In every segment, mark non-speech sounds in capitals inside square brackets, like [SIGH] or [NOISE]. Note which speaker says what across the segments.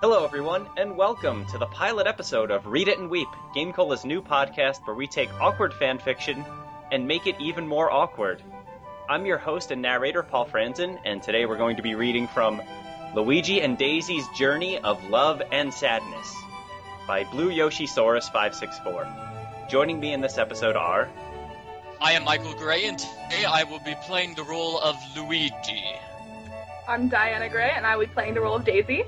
Speaker 1: Hello, everyone, and welcome to the pilot episode of Read It and Weep, Game Cola's new podcast where we take awkward fan fiction and make it even more awkward. I'm your host and narrator, Paul Franzen, and today we're going to be reading from Luigi and Daisy's Journey of Love and Sadness by Blue Yoshisaurus 564. Joining me in this episode are
Speaker 2: I am Michael Gray, and today I will be playing the role of Luigi. [LAUGHS]
Speaker 3: I'm Diana Gray, and I will be playing the role of Daisy.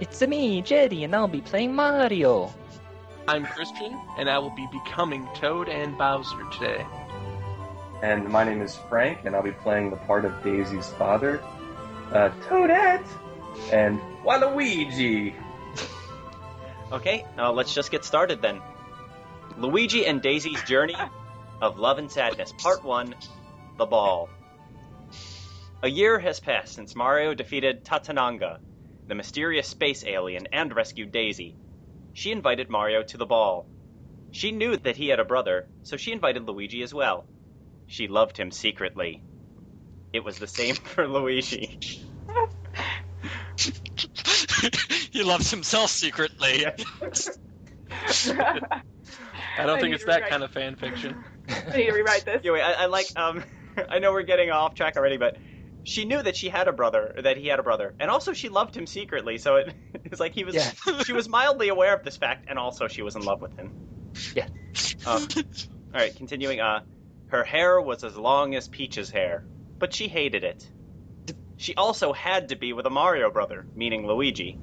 Speaker 4: It's me, Jerry, and I'll be playing Mario.
Speaker 5: I'm Christian, and I will be becoming Toad and Bowser today.
Speaker 6: And my name is Frank, and I'll be playing the part of Daisy's father, uh, Toadette, and Waluigi.
Speaker 1: Okay, uh, let's just get started then. Luigi and Daisy's Journey of Love and Sadness, Part 1 The Ball. A year has passed since Mario defeated Tatananga, the mysterious space alien, and rescued Daisy. She invited Mario to the ball. She knew that he had a brother, so she invited Luigi as well. She loved him secretly. It was the same [LAUGHS] for Luigi.
Speaker 2: he loves himself secretly.
Speaker 5: I
Speaker 3: Oh,
Speaker 5: don't think it's that kind of fan fiction.
Speaker 3: [LAUGHS] I need to rewrite [LAUGHS]
Speaker 5: [LAUGHS]
Speaker 3: this.
Speaker 1: Anyway, I, I like. Um, [LAUGHS] I know we're getting off track already, but she knew that she had a brother, that he had a brother, and also she loved him secretly. So it, [LAUGHS] it's like he was.
Speaker 4: Yeah.
Speaker 1: She was mildly aware of this fact, and also she was in love with him.
Speaker 4: Yeah.
Speaker 1: Um, all right, continuing. Uh, her hair was as long as Peach's hair, but she hated it. She also had to be with a Mario brother, meaning Luigi.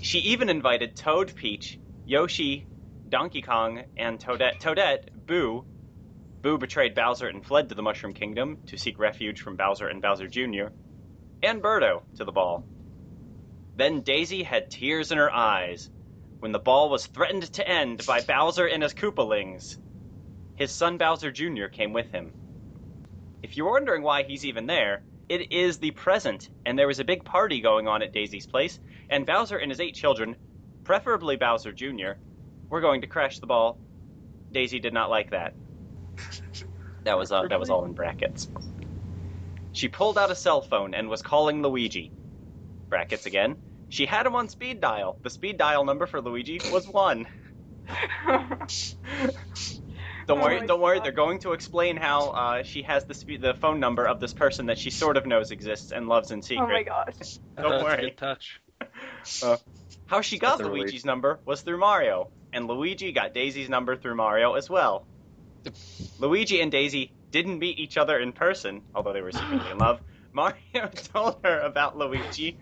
Speaker 1: She even invited Toad, Peach, Yoshi, Donkey Kong, and Toadette. Toadette, Boo, Boo betrayed Bowser and fled to the Mushroom Kingdom to seek refuge from Bowser and Bowser Jr., and Birdo to the ball. Then Daisy had tears in her eyes when the ball was threatened to end by Bowser and his Koopalings. His son Bowser Jr. came with him. If you're wondering why he's even there, it is the present, and there was a big party going on at Daisy's place, and Bowser and his eight children, preferably Bowser Jr., were going to crash the ball. Daisy did not like that. That was uh, that was all in brackets. She pulled out a cell phone and was calling Luigi. Brackets again. She had him on speed dial. The speed dial number for Luigi was one. Don't
Speaker 3: Oh
Speaker 1: worry,
Speaker 3: my
Speaker 1: don't worry.
Speaker 3: God.
Speaker 1: They're going to explain how uh, she has the spe- the phone number of this person that she sort of knows exists and loves in secret.
Speaker 3: oh my gosh.
Speaker 5: I
Speaker 1: Don't
Speaker 5: thought it's a
Speaker 1: worry.
Speaker 5: Good touch.
Speaker 1: How she got
Speaker 6: That's a relief.
Speaker 1: Luigi's number was through Mario, and Luigi got Daisy's number through Mario as well. Luigi and Daisy didn't meet each other in person, although they were secretly in love. Mario [LAUGHS] told her about Luigi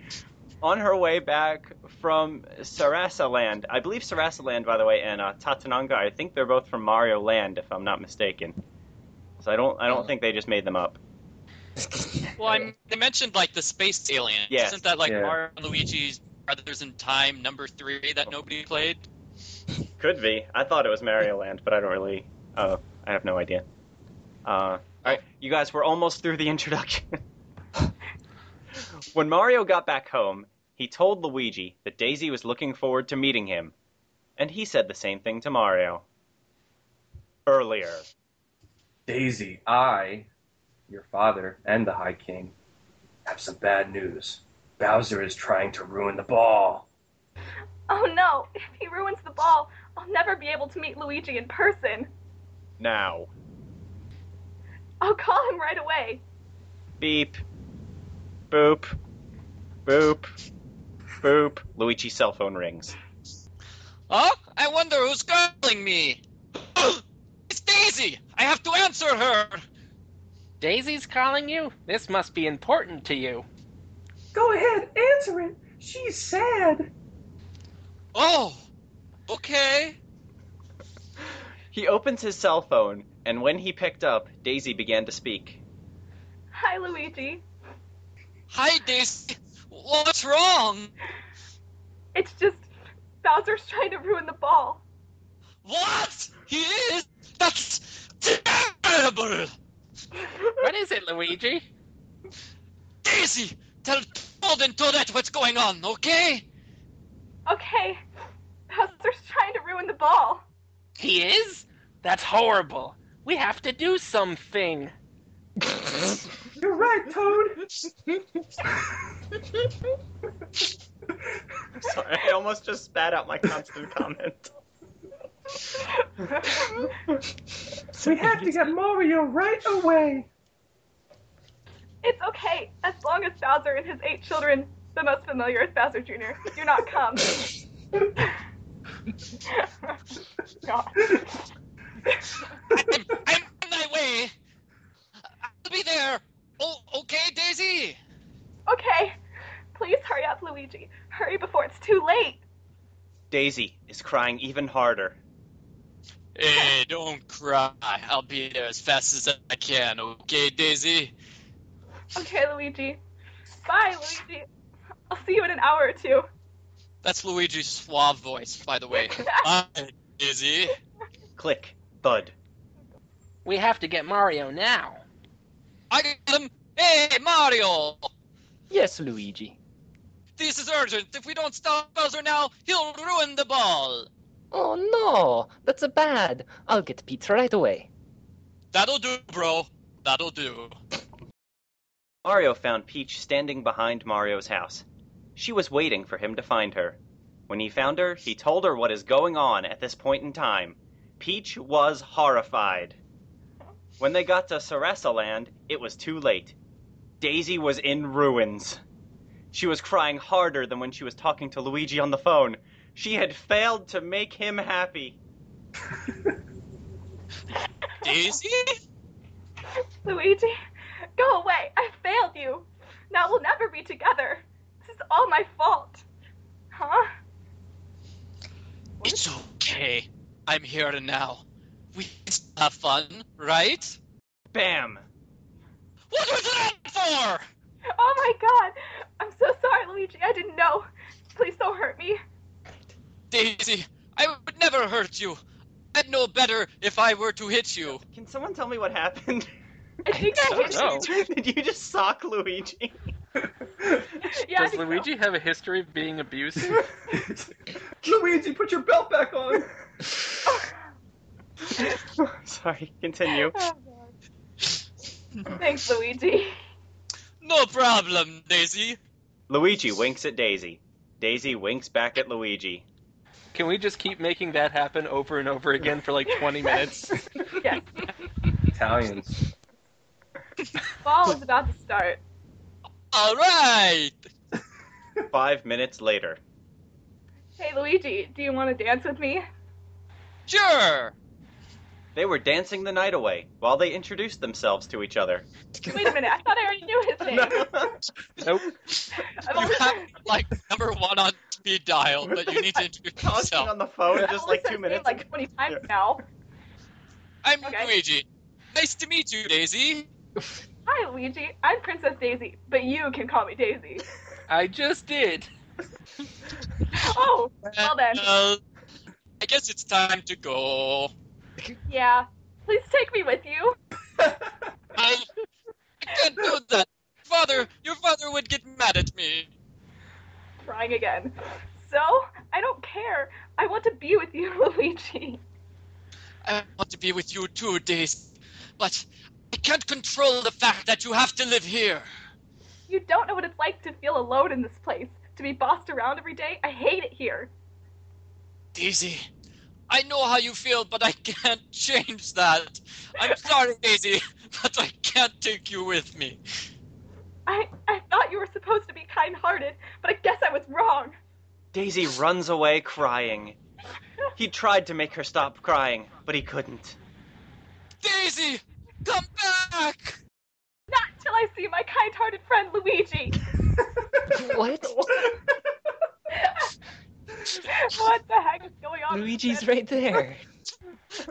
Speaker 1: on her way back from Sarasaland. I believe Sarasaland, by the way, and uh, Tatananga. I think they're both from Mario Land, if I'm not mistaken. So I don't, I don't think they just made them up.
Speaker 2: well, I mean, they mentioned like the space alien.
Speaker 1: Yes.
Speaker 2: Isn't that like
Speaker 6: Yeah.
Speaker 2: Mario and Luigi's Brothers in Time number three that nobody played?
Speaker 1: Could be. I thought it was Mario Land, but I don't really. Uh, I have no idea. Uh, all right, you guys, we're almost through the introduction. [LAUGHS] when Mario got back home, he told Luigi that Daisy was looking forward to meeting him, and he said the same thing to Mario. Earlier,
Speaker 6: Daisy, I, your father, and the High King, have some bad news. Bowser is trying to ruin the ball.
Speaker 3: Oh no! If he ruins the ball, I'll never be able to meet Luigi in person.
Speaker 1: now,
Speaker 3: I'll call him right away.
Speaker 1: beep, boop, boop, boop. Luigi's cell phone rings.
Speaker 2: Oh, I wonder who's calling me. [GASPS] it's Daisy. I have to answer her.
Speaker 7: Daisy's calling you? This must be important to you.
Speaker 6: Go ahead, answer it. She's sad.
Speaker 2: Oh, okay.
Speaker 1: He opens his cell phone, and when he picked up, Daisy began to speak.
Speaker 3: Hi, Luigi.
Speaker 2: Hi, Daisy. What's wrong?
Speaker 3: It's just Bowser's trying to ruin the ball.
Speaker 2: What? He is? That's terrible.
Speaker 7: What is it, Luigi?
Speaker 2: Daisy, tell Toad and Toadette what's going on, okay?
Speaker 3: Okay, Bowser's trying to ruin the ball.
Speaker 7: He is? That's horrible. We have to do something.
Speaker 6: You're right, Toad.
Speaker 1: Sorry, I almost just spat out my constant comment.
Speaker 6: [LAUGHS] We have to get Mario right away.
Speaker 3: It's okay, as long as Bowser and his eight children, the most familiar with Bowser Jr., do not
Speaker 6: [LAUGHS]
Speaker 3: come. God.
Speaker 2: I'm, I'm on my way. I'll be there. Oh, okay, Daisy.
Speaker 3: Okay, please hurry up, Luigi. Hurry before it's too late.
Speaker 1: Daisy is crying even harder.
Speaker 2: Hey, don't cry. I'll be there as fast as I can. Okay, Daisy.
Speaker 3: Okay, Luigi. Bye, Luigi. I'll see you in an hour or two.
Speaker 2: That's Luigi's suave voice, by the way. Bye, Daisy.
Speaker 1: Click, thud.
Speaker 7: We have to get Mario now.
Speaker 2: I got him. Hey, Mario.
Speaker 4: Yes, Luigi.
Speaker 2: This is urgent. If we don't stop Bowser now, he'll ruin the ball.
Speaker 4: Oh no, that's a bad. I'll get pizza right
Speaker 7: [LAUGHS]
Speaker 4: away.
Speaker 2: That'll do, bro. That'll do.
Speaker 1: Mario found Peach standing behind Mario's house. She was waiting for him to find her. When he found her, he told her what is going on at this point in time. Peach was horrified. When they got to Sarasa Land, it was too late. Daisy was in ruins. She was crying harder than when she was talking to Luigi on the phone. She had failed to make him happy.
Speaker 2: Daisy?
Speaker 3: Luigi, go away. I failed you. Now we'll never be together. This is all my fault. Huh?
Speaker 2: It's okay. I'm here and now. We can still have fun, right?
Speaker 1: Bam!
Speaker 2: What was that for?
Speaker 3: Oh my god. I'm so sorry, Luigi. I didn't know. Please don't hurt me.
Speaker 2: Daisy, I would never hurt you. I'd know better if I were to hit you.
Speaker 1: Can someone tell me what happened?
Speaker 3: I think I, hit
Speaker 7: know.
Speaker 1: [LAUGHS] Did you just sock Luigi?
Speaker 3: you. [LAUGHS] [LAUGHS] Yeah, I
Speaker 7: Does
Speaker 3: think so.
Speaker 7: Luigi have a history of
Speaker 3: [LAUGHS]
Speaker 7: being abusive?
Speaker 6: [LAUGHS] Luigi, put your belt back on.
Speaker 1: [LAUGHS] Sorry, continue.
Speaker 3: Oh, God. Thanks, Luigi. [LAUGHS]
Speaker 2: No problem, Daisy.
Speaker 1: Luigi winks at Daisy. Daisy winks back at Luigi.
Speaker 7: Can we just keep making that happen over and over again for like
Speaker 3: [LAUGHS]
Speaker 7: 20 minutes?
Speaker 3: Yes.
Speaker 6: Italians.
Speaker 3: Fall is about to start.
Speaker 2: All right.
Speaker 1: Five minutes later.
Speaker 3: Hey, Luigi, do you want to dance with me?
Speaker 2: Sure.
Speaker 1: They were dancing the night away while they introduced themselves to each other.
Speaker 3: Wait a minute. I thought I already knew
Speaker 1: [LAUGHS]
Speaker 3: his name.
Speaker 7: nope.
Speaker 3: I've
Speaker 2: You [LAUGHS]
Speaker 3: only
Speaker 2: have like number one on speed dial, but you
Speaker 3: [LAUGHS]
Speaker 2: need to introduce
Speaker 1: Talking
Speaker 2: yourself.
Speaker 1: on the phone
Speaker 3: I've
Speaker 1: just
Speaker 3: only
Speaker 1: like
Speaker 3: said
Speaker 1: two
Speaker 3: his name
Speaker 1: minutes
Speaker 3: like 20 times now.
Speaker 2: I'm
Speaker 3: Okay.
Speaker 2: Luigi. Nice to meet you, Daisy.
Speaker 3: Hi, Luigi. I'm Princess Daisy, but you can call me Daisy.
Speaker 7: I just did.
Speaker 3: Oh, well then.
Speaker 2: Uh, I guess it's time to go.
Speaker 3: Yeah. Please take me with you.
Speaker 2: I, I can't do that. Father, your father would get mad at me.
Speaker 3: Crying again. So, I don't care. I want to be with you, [LAUGHS] Luigi.
Speaker 2: I want to be with you too, Daisy. But I can't control the fact that you have to live here.
Speaker 3: You don't know what it's like to feel alone in this place. To be bossed around every day. I hate it here.
Speaker 2: Daisy, I know how you feel, but I can't [LAUGHS] change that. I'm sorry, Daisy, [LAUGHS] but I can't take you with me.
Speaker 3: I, I thought you were supposed to be kind hearted, but I guess I was wrong.
Speaker 1: Daisy runs away crying. He tried to make her stop crying, but he couldn't.
Speaker 2: Daisy, come back!
Speaker 3: Not till I see my kind hearted friend Luigi. [LAUGHS]
Speaker 4: What?
Speaker 3: what the heck is going on? with
Speaker 4: Luigi's
Speaker 3: this?
Speaker 4: right there.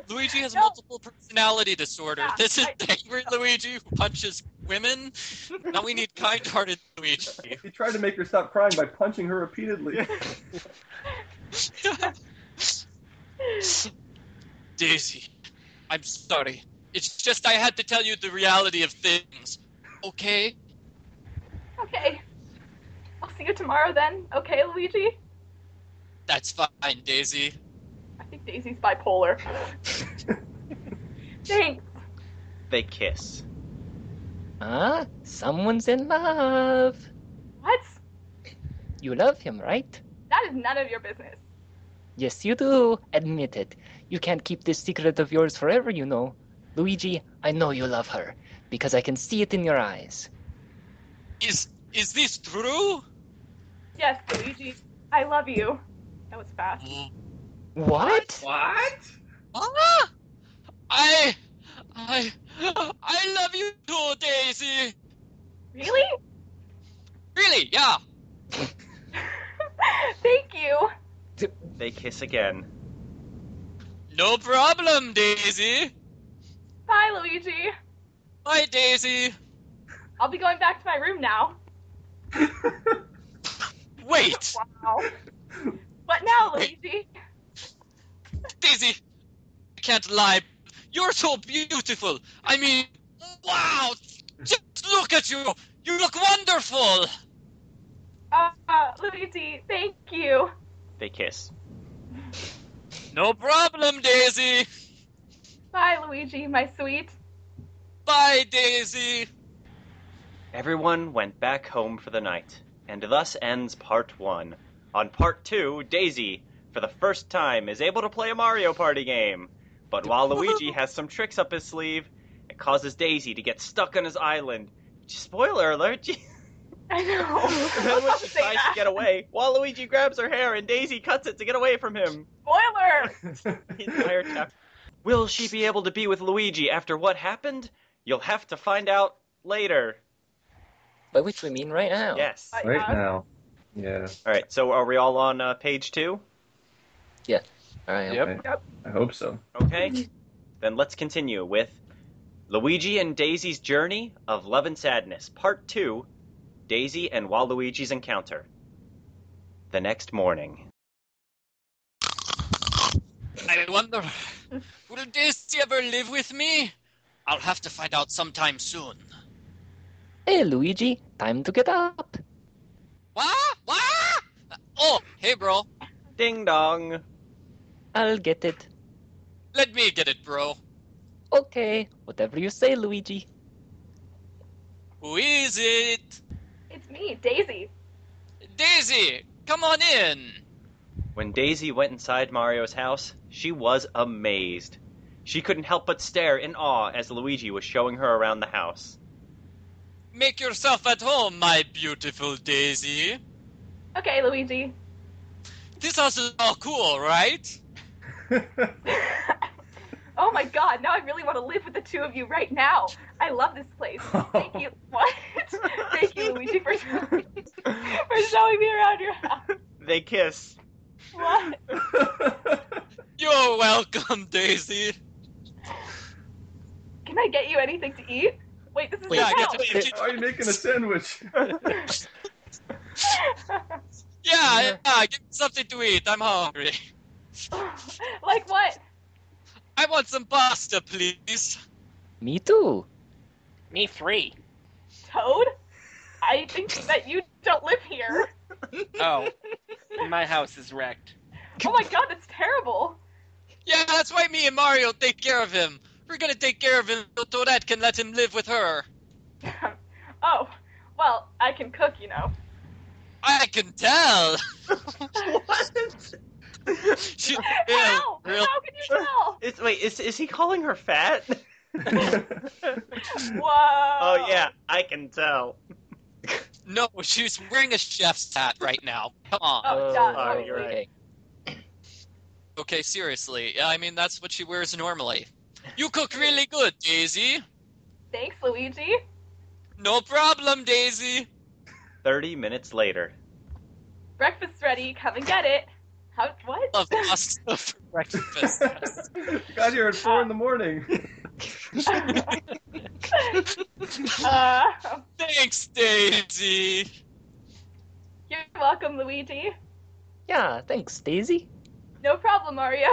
Speaker 2: Luigi has
Speaker 3: No.
Speaker 2: multiple personality disorder.
Speaker 3: Yeah,
Speaker 2: This is
Speaker 3: I-
Speaker 2: angry Luigi who punches women. Now we need kind-hearted Luigi.
Speaker 6: He tried to make her stop crying by punching her repeatedly.
Speaker 2: [LAUGHS] Daisy, I'm sorry. It's just I had to tell you the reality of things. Okay?
Speaker 3: Okay. I'll see you tomorrow then. Okay, Luigi?
Speaker 2: That's fine, Daisy.
Speaker 3: I think Daisy's bipolar. Thanks.
Speaker 1: They kiss.
Speaker 4: Ah, someone's in love.
Speaker 3: What?
Speaker 4: You love him, right?
Speaker 3: That That is none of your business.
Speaker 4: Yes, you do. Admit it. You can't keep this secret of yours forever, you know. Luigi, I know you love her because I can see it in your eyes.
Speaker 2: Is is this true?
Speaker 3: Yes, Luigi, I love you. That was fast.
Speaker 4: What?
Speaker 6: What?
Speaker 2: Ah! I I I love you too, Daisy.
Speaker 3: Really? [LAUGHS]
Speaker 2: Really? Yeah.
Speaker 3: Thank you.
Speaker 1: They kiss again.
Speaker 2: No problem, Daisy.
Speaker 3: Bye, Luigi.
Speaker 2: Bye, Daisy.
Speaker 3: I'll be going back to my room now.
Speaker 2: Wait,
Speaker 3: Wow. What now, Luigi?
Speaker 2: Daisy. I can't lie. You're so beautiful. I mean, wow. Just look at you. You look wonderful.
Speaker 3: Uh, uh, Luigi, thank you.
Speaker 1: They kiss.
Speaker 2: No problem, Daisy.
Speaker 3: Bye, Luigi, my sweet.
Speaker 2: Bye, Daisy.
Speaker 1: Everyone went back home for the night, and thus ends part one. On part two, Daisy, for the first time, is able to play a Mario Party game. But while Luigi has some tricks up his sleeve, it causes Daisy to get stuck on his island. Spoiler alert! [LAUGHS] She,
Speaker 3: I know.
Speaker 1: when she
Speaker 3: Say
Speaker 1: tries
Speaker 3: that.
Speaker 1: to get away, while Luigi grabs her hair and Daisy cuts it to get away from him.
Speaker 3: Spoiler!
Speaker 1: The entire chapter. Will she be able to be with Luigi after what happened? You'll have to find out later.
Speaker 4: By which we mean right now.
Speaker 1: Yes.
Speaker 3: Bye.
Speaker 6: Right
Speaker 3: Yeah.
Speaker 6: now. Yeah.
Speaker 1: All right. So are we all on uh, page two?
Speaker 4: All right.
Speaker 5: Yep.
Speaker 6: I hope [LAUGHS] so.
Speaker 1: Okay. then let's continue with Luigi and Daisy's Journey of Love and Sadness, Part 2 Daisy and Waluigi's Encounter. The next morning.
Speaker 2: I wonder, will Daisy ever live with me? I'll have to find out sometime soon.
Speaker 4: Hey, Luigi, time to get up.
Speaker 2: What? What? Oh, hey, bro.
Speaker 1: Ding dong.
Speaker 4: I'll get it.
Speaker 2: Let me get it, bro.
Speaker 4: Okay, whatever you say, Luigi.
Speaker 2: Who is it?
Speaker 3: It's me, Daisy.
Speaker 2: Daisy, come on in.
Speaker 1: When Daisy went inside Mario's house, she was amazed. She couldn't help but stare in awe as Luigi was showing her around the house.
Speaker 2: Make yourself at home, my beautiful Daisy.
Speaker 3: Okay, Luigi.
Speaker 2: This house is all cool, right?
Speaker 3: [LAUGHS] oh my god, now I really want to live with the two of you right now. I love this place. Thank you. What? Thank you, Luigi, for showing, for showing me around your house.
Speaker 1: They kiss.
Speaker 3: What?
Speaker 2: You're welcome, [LAUGHS] Daisy.
Speaker 3: Can I get you anything to eat? Wait, this is
Speaker 4: Wait,
Speaker 3: your
Speaker 2: yeah, I
Speaker 3: house.
Speaker 2: get to,
Speaker 6: Why are you making a sandwich? [LAUGHS]
Speaker 2: yeah, yeah, give me something to eat. I'm hungry.
Speaker 3: [LAUGHS] like what?
Speaker 2: I want some pasta, please.
Speaker 4: Me too.
Speaker 7: Me three.
Speaker 3: Toad? I think that you don't live here. [LAUGHS]
Speaker 7: Oh, my house is wrecked.
Speaker 3: Oh my god, that's terrible. [LAUGHS]
Speaker 2: Yeah, that's why me and Mario take care of him. We're gonna take care of him so Toadette can let him live with her.
Speaker 3: oh, well, I can cook, you know.
Speaker 2: I can tell. [LAUGHS] She, yeah,
Speaker 3: How?
Speaker 2: real-
Speaker 3: How can you tell?
Speaker 1: Is, wait, is, is he calling her fat?
Speaker 3: Whoa.
Speaker 1: [LAUGHS] Oh, yeah, I can tell.
Speaker 2: no, she's wearing a chef's hat right now. Come on.
Speaker 3: Oh, duh,
Speaker 1: oh,
Speaker 3: totally.
Speaker 1: you're right.
Speaker 4: okay.
Speaker 2: Okay, seriously. Yeah, I mean that's what she wears normally. You cook really good, Daisy.
Speaker 3: Thanks, Luigi.
Speaker 2: No problem, Daisy.
Speaker 1: 30 minutes later.
Speaker 3: Breakfast's ready. Come and get it. How? What?
Speaker 2: Love pasta for breakfast.
Speaker 6: [LAUGHS] Got here at four in the morning.
Speaker 3: [LAUGHS] uh,
Speaker 2: Thanks, Daisy.
Speaker 3: you're welcome, Luigi.
Speaker 4: Yeah, thanks, Daisy.
Speaker 3: No problem, Mario.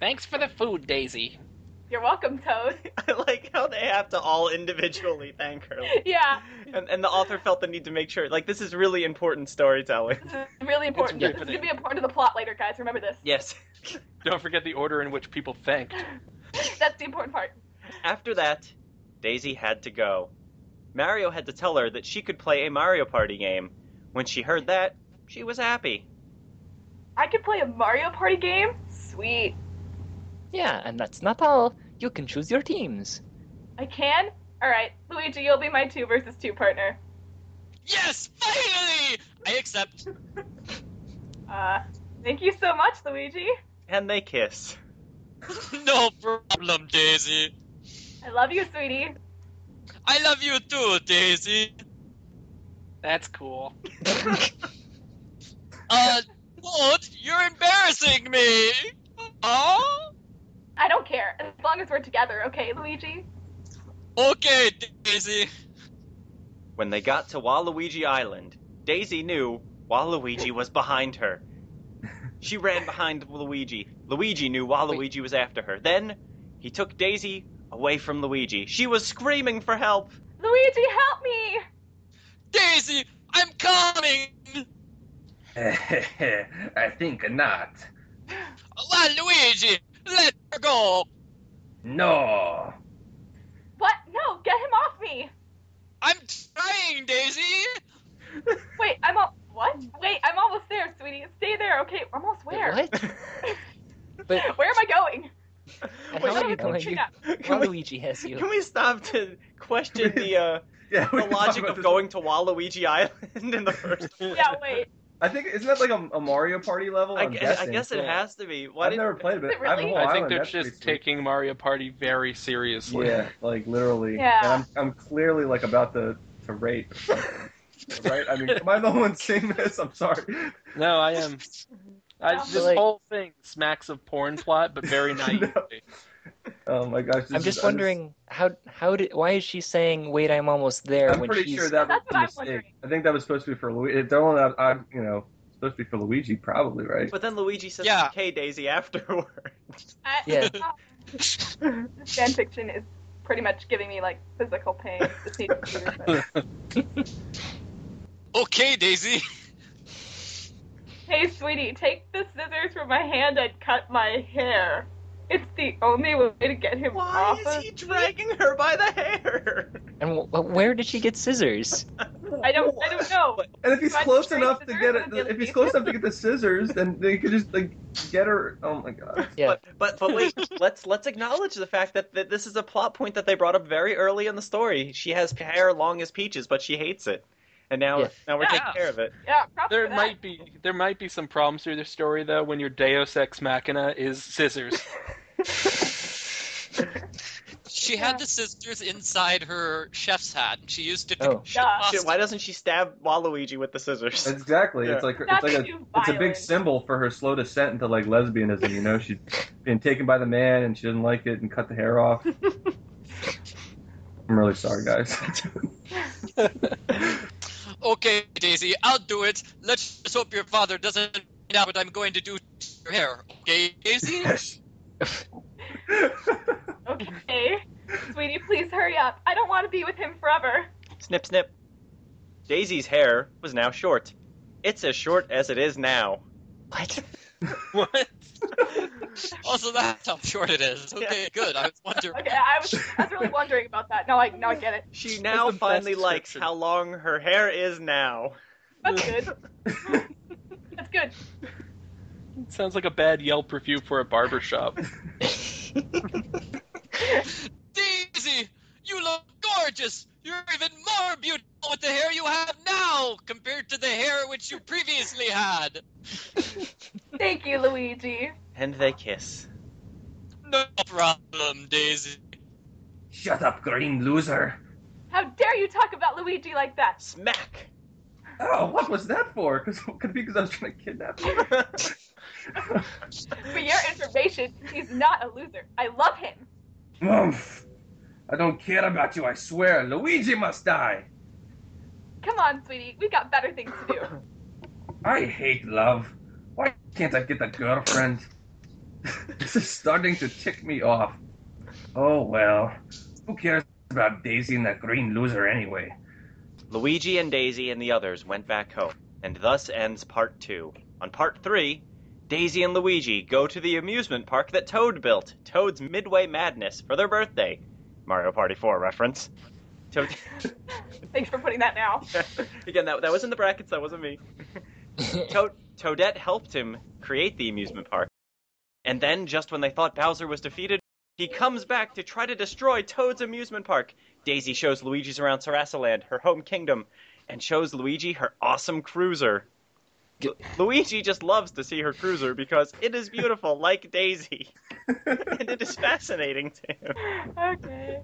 Speaker 7: Thanks for the food, Daisy.
Speaker 3: You're welcome, Toad.
Speaker 1: [LAUGHS] [LAUGHS] I like how they have to all individually thank her.
Speaker 3: yeah,
Speaker 1: And, and the author felt the need to make sure, like, this is really important storytelling.
Speaker 3: this is really important. This is gonna be important to the plot later, guys. Remember this.
Speaker 1: Yes.
Speaker 5: Don't forget the order in which people thanked.
Speaker 3: That's the important part.
Speaker 1: After that, Daisy had to go. Mario had to tell her that she could play a Mario Party game. When she heard that, she was happy.
Speaker 3: I could play a Mario Party game? Sweet.
Speaker 4: Yeah, and that's not all. You can choose your teams.
Speaker 3: I can? Alright, Luigi, you'll be my two versus two partner.
Speaker 2: Yes, finally! I accept. [LAUGHS]
Speaker 3: Uh, thank you so much, Luigi.
Speaker 1: And they kiss.
Speaker 2: no problem, Daisy.
Speaker 3: I love you, sweetie.
Speaker 2: I love you too, Daisy.
Speaker 7: That's cool.
Speaker 2: Uh, Wood, you're embarrassing me. Oh,
Speaker 3: I don't care. As long as we're together, okay, Luigi?
Speaker 2: okay, Daisy.
Speaker 1: When they got to Waluigi Island, Daisy knew Waluigi was behind her. She ran behind Luigi. Luigi knew Waluigi was after her. Then he took Daisy away from Luigi. She was screaming for
Speaker 6: [LAUGHS]
Speaker 1: help.
Speaker 3: Luigi, help me!
Speaker 2: Daisy, I'm coming.
Speaker 6: [LAUGHS] I think not.
Speaker 2: Well, Luigi, let her go.
Speaker 6: No.
Speaker 3: What? No, get him off me!
Speaker 2: I'm trying, Daisy.
Speaker 3: Wait, I'm al- What? Wait, I'm almost there, sweetie. Stay there, okay? Almost where?
Speaker 6: [LAUGHS]
Speaker 4: What?
Speaker 3: [LAUGHS]
Speaker 4: But
Speaker 3: Where am I going?
Speaker 4: how
Speaker 1: Wait,
Speaker 4: are you
Speaker 1: wait,
Speaker 4: going?
Speaker 3: Trina,
Speaker 4: You,
Speaker 1: Can we,
Speaker 4: Waluigi has you.
Speaker 1: can we stop to question the uh,
Speaker 6: Yeah, [LAUGHS] we
Speaker 1: the
Speaker 6: can talk
Speaker 1: logic
Speaker 6: about
Speaker 1: of
Speaker 6: this.
Speaker 1: going to Waluigi Island
Speaker 6: [LAUGHS]
Speaker 1: in the first?
Speaker 3: [LAUGHS] Yeah, wait.
Speaker 6: I think isn't that like a, a Mario Party level?
Speaker 1: I,
Speaker 6: I'm
Speaker 1: gu- I
Speaker 6: guessing.
Speaker 1: guess it
Speaker 5: yeah.
Speaker 1: has to be. Why
Speaker 6: I've
Speaker 1: did, [LAUGHS]
Speaker 6: never played it.
Speaker 3: Is it
Speaker 6: but I have a
Speaker 3: really?
Speaker 6: whole
Speaker 5: I think
Speaker 6: island,
Speaker 5: they're
Speaker 6: that's
Speaker 5: just
Speaker 6: pretty sweet.
Speaker 5: taking Mario Party very seriously. [LAUGHS]
Speaker 6: Yeah, like literally.
Speaker 3: Yeah.
Speaker 6: And I'm, I'm clearly like about to to rape. Or something. right? I mean, [LAUGHS] am I the one saying this? I'm sorry.
Speaker 5: No, I am. I,
Speaker 3: Yeah.
Speaker 5: this
Speaker 4: Like-
Speaker 5: whole thing smacks of porn plot, but very naively.
Speaker 6: Oh my gosh. this
Speaker 4: I'm
Speaker 6: is-
Speaker 4: just wondering how how did why is she saying wait I'm almost there
Speaker 6: I'm
Speaker 4: when
Speaker 6: pretty
Speaker 4: she's
Speaker 6: sure that was
Speaker 3: That's
Speaker 6: a
Speaker 3: what I'm
Speaker 6: mistake.
Speaker 3: wondering.
Speaker 6: I think that was supposed to be for Luigi. They're only, I, I- you know, supposed to be for Luigi, probably, right?
Speaker 1: But then Luigi says
Speaker 2: Yeah.
Speaker 1: "Okay, Daisy" afterward.
Speaker 3: I,
Speaker 4: [LAUGHS] Yeah.
Speaker 3: oh. this fanfiction is pretty much giving me like physical pain. This needs to be
Speaker 4: [LAUGHS]
Speaker 3: written.
Speaker 2: Okay, Daisy. [LAUGHS]
Speaker 3: hey, sweetie, take the scissors from my hand and cut my hair. It's the only way to get him
Speaker 1: Why
Speaker 3: off.
Speaker 1: is
Speaker 3: of
Speaker 1: he
Speaker 3: me.
Speaker 1: dragging her by the hair?
Speaker 4: and w- where did she get
Speaker 6: [LAUGHS]
Speaker 4: scissors?
Speaker 3: I don't. I
Speaker 1: [LAUGHS]
Speaker 3: don't know.
Speaker 6: And if he's
Speaker 3: Do I
Speaker 6: close
Speaker 3: trade
Speaker 6: enough to
Speaker 3: scissors
Speaker 6: get
Speaker 3: with
Speaker 6: it,
Speaker 3: the
Speaker 6: if he's
Speaker 3: Luigi?
Speaker 6: close enough to get the scissors, then they could just like get her. Oh my god.
Speaker 4: Yeah.
Speaker 1: But, but but wait, [LAUGHS] let's let's acknowledge the fact that, that this is a plot point that they brought up very early in the story. She has hair long as peaches, but she hates it, and now
Speaker 4: Yeah.
Speaker 1: now we're
Speaker 2: Yeah.
Speaker 1: taking care of it.
Speaker 3: Yeah, props
Speaker 5: There
Speaker 3: for that.
Speaker 5: might be there might be some problems through the story though when your Deus Ex Machina is scissors.
Speaker 2: She had the scissors inside her chef's hat, and she used it to
Speaker 4: Oh.
Speaker 1: Shit,
Speaker 3: Yeah.
Speaker 1: shit, why doesn't she stab Waluigi with the scissors?
Speaker 6: Exactly. It's like it's
Speaker 3: That's
Speaker 6: like a
Speaker 3: too
Speaker 6: it's a big
Speaker 3: violent.
Speaker 6: symbol for her slow descent into like lesbianism. You know, she's being taken by the man and she doesn't like it and cut the hair off. I'm really sorry, guys. [LAUGHS]
Speaker 2: Okay, Daisy, I'll do it. Let's just hope your father doesn't find out what I'm going to do to your hair. Okay,
Speaker 6: [LAUGHS]
Speaker 2: Daisy?
Speaker 3: Okay, sweetie, please hurry up. I don't want to be with him forever.
Speaker 1: Snip snip. Daisy's hair was now short. It's as short as it is
Speaker 5: [LAUGHS]
Speaker 1: now.
Speaker 4: What?
Speaker 5: what?
Speaker 2: also, that's how short it is. Okay, good. I was wondering.
Speaker 3: [LAUGHS] Okay, I was. I was really wondering about that. Now I now I get it.
Speaker 1: She now
Speaker 5: the best
Speaker 1: finally likes
Speaker 5: description.
Speaker 1: how long her hair is now.
Speaker 3: That's good. That's good.
Speaker 5: Sounds like a bad Yelp review for a barber shop.
Speaker 2: Daisy, you look gorgeous. You're even more beautiful with the hair you have now compared to the hair which you previously had.
Speaker 3: Thank you, Luigi.
Speaker 1: And they kiss.
Speaker 2: No problem, Daisy.
Speaker 6: Shut up, green loser.
Speaker 3: How dare you talk about Luigi like that?
Speaker 1: Smack.
Speaker 5: [LAUGHS]
Speaker 6: Oh, what was that for? Because could be because I was trying to kidnap you.
Speaker 3: For your information, he's not a loser. I love him.
Speaker 6: Oomph. I don't care about you. I swear, Luigi must die.
Speaker 3: Come on, sweetie. We got better things to do.
Speaker 6: I hate love. Why can't I get a girlfriend? [LAUGHS] this is starting to tick me off. Oh well. Who cares about Daisy and that green loser anyway?
Speaker 1: Luigi and Daisy and the others went back home, and thus ends part two. On part three, Daisy and Luigi go to the amusement park that Toad built, Toad's Midway Madness, for their birthday. Mario Party 4 reference. Toad-
Speaker 3: Thanks for putting that now.
Speaker 1: [LAUGHS] Again, that, that was in the brackets. That wasn't me. Toad, Toadette helped him create the amusement park. And then, just when they thought Bowser was defeated, he comes back to try to destroy Toad's amusement park. Daisy shows Luigi's around Sarasaland, her home kingdom, and shows Luigi her awesome cruiser.
Speaker 4: Get-
Speaker 1: Lu- Luigi just loves to see her cruiser because it is beautiful, like Daisy, and it is fascinating to him.
Speaker 3: Okay.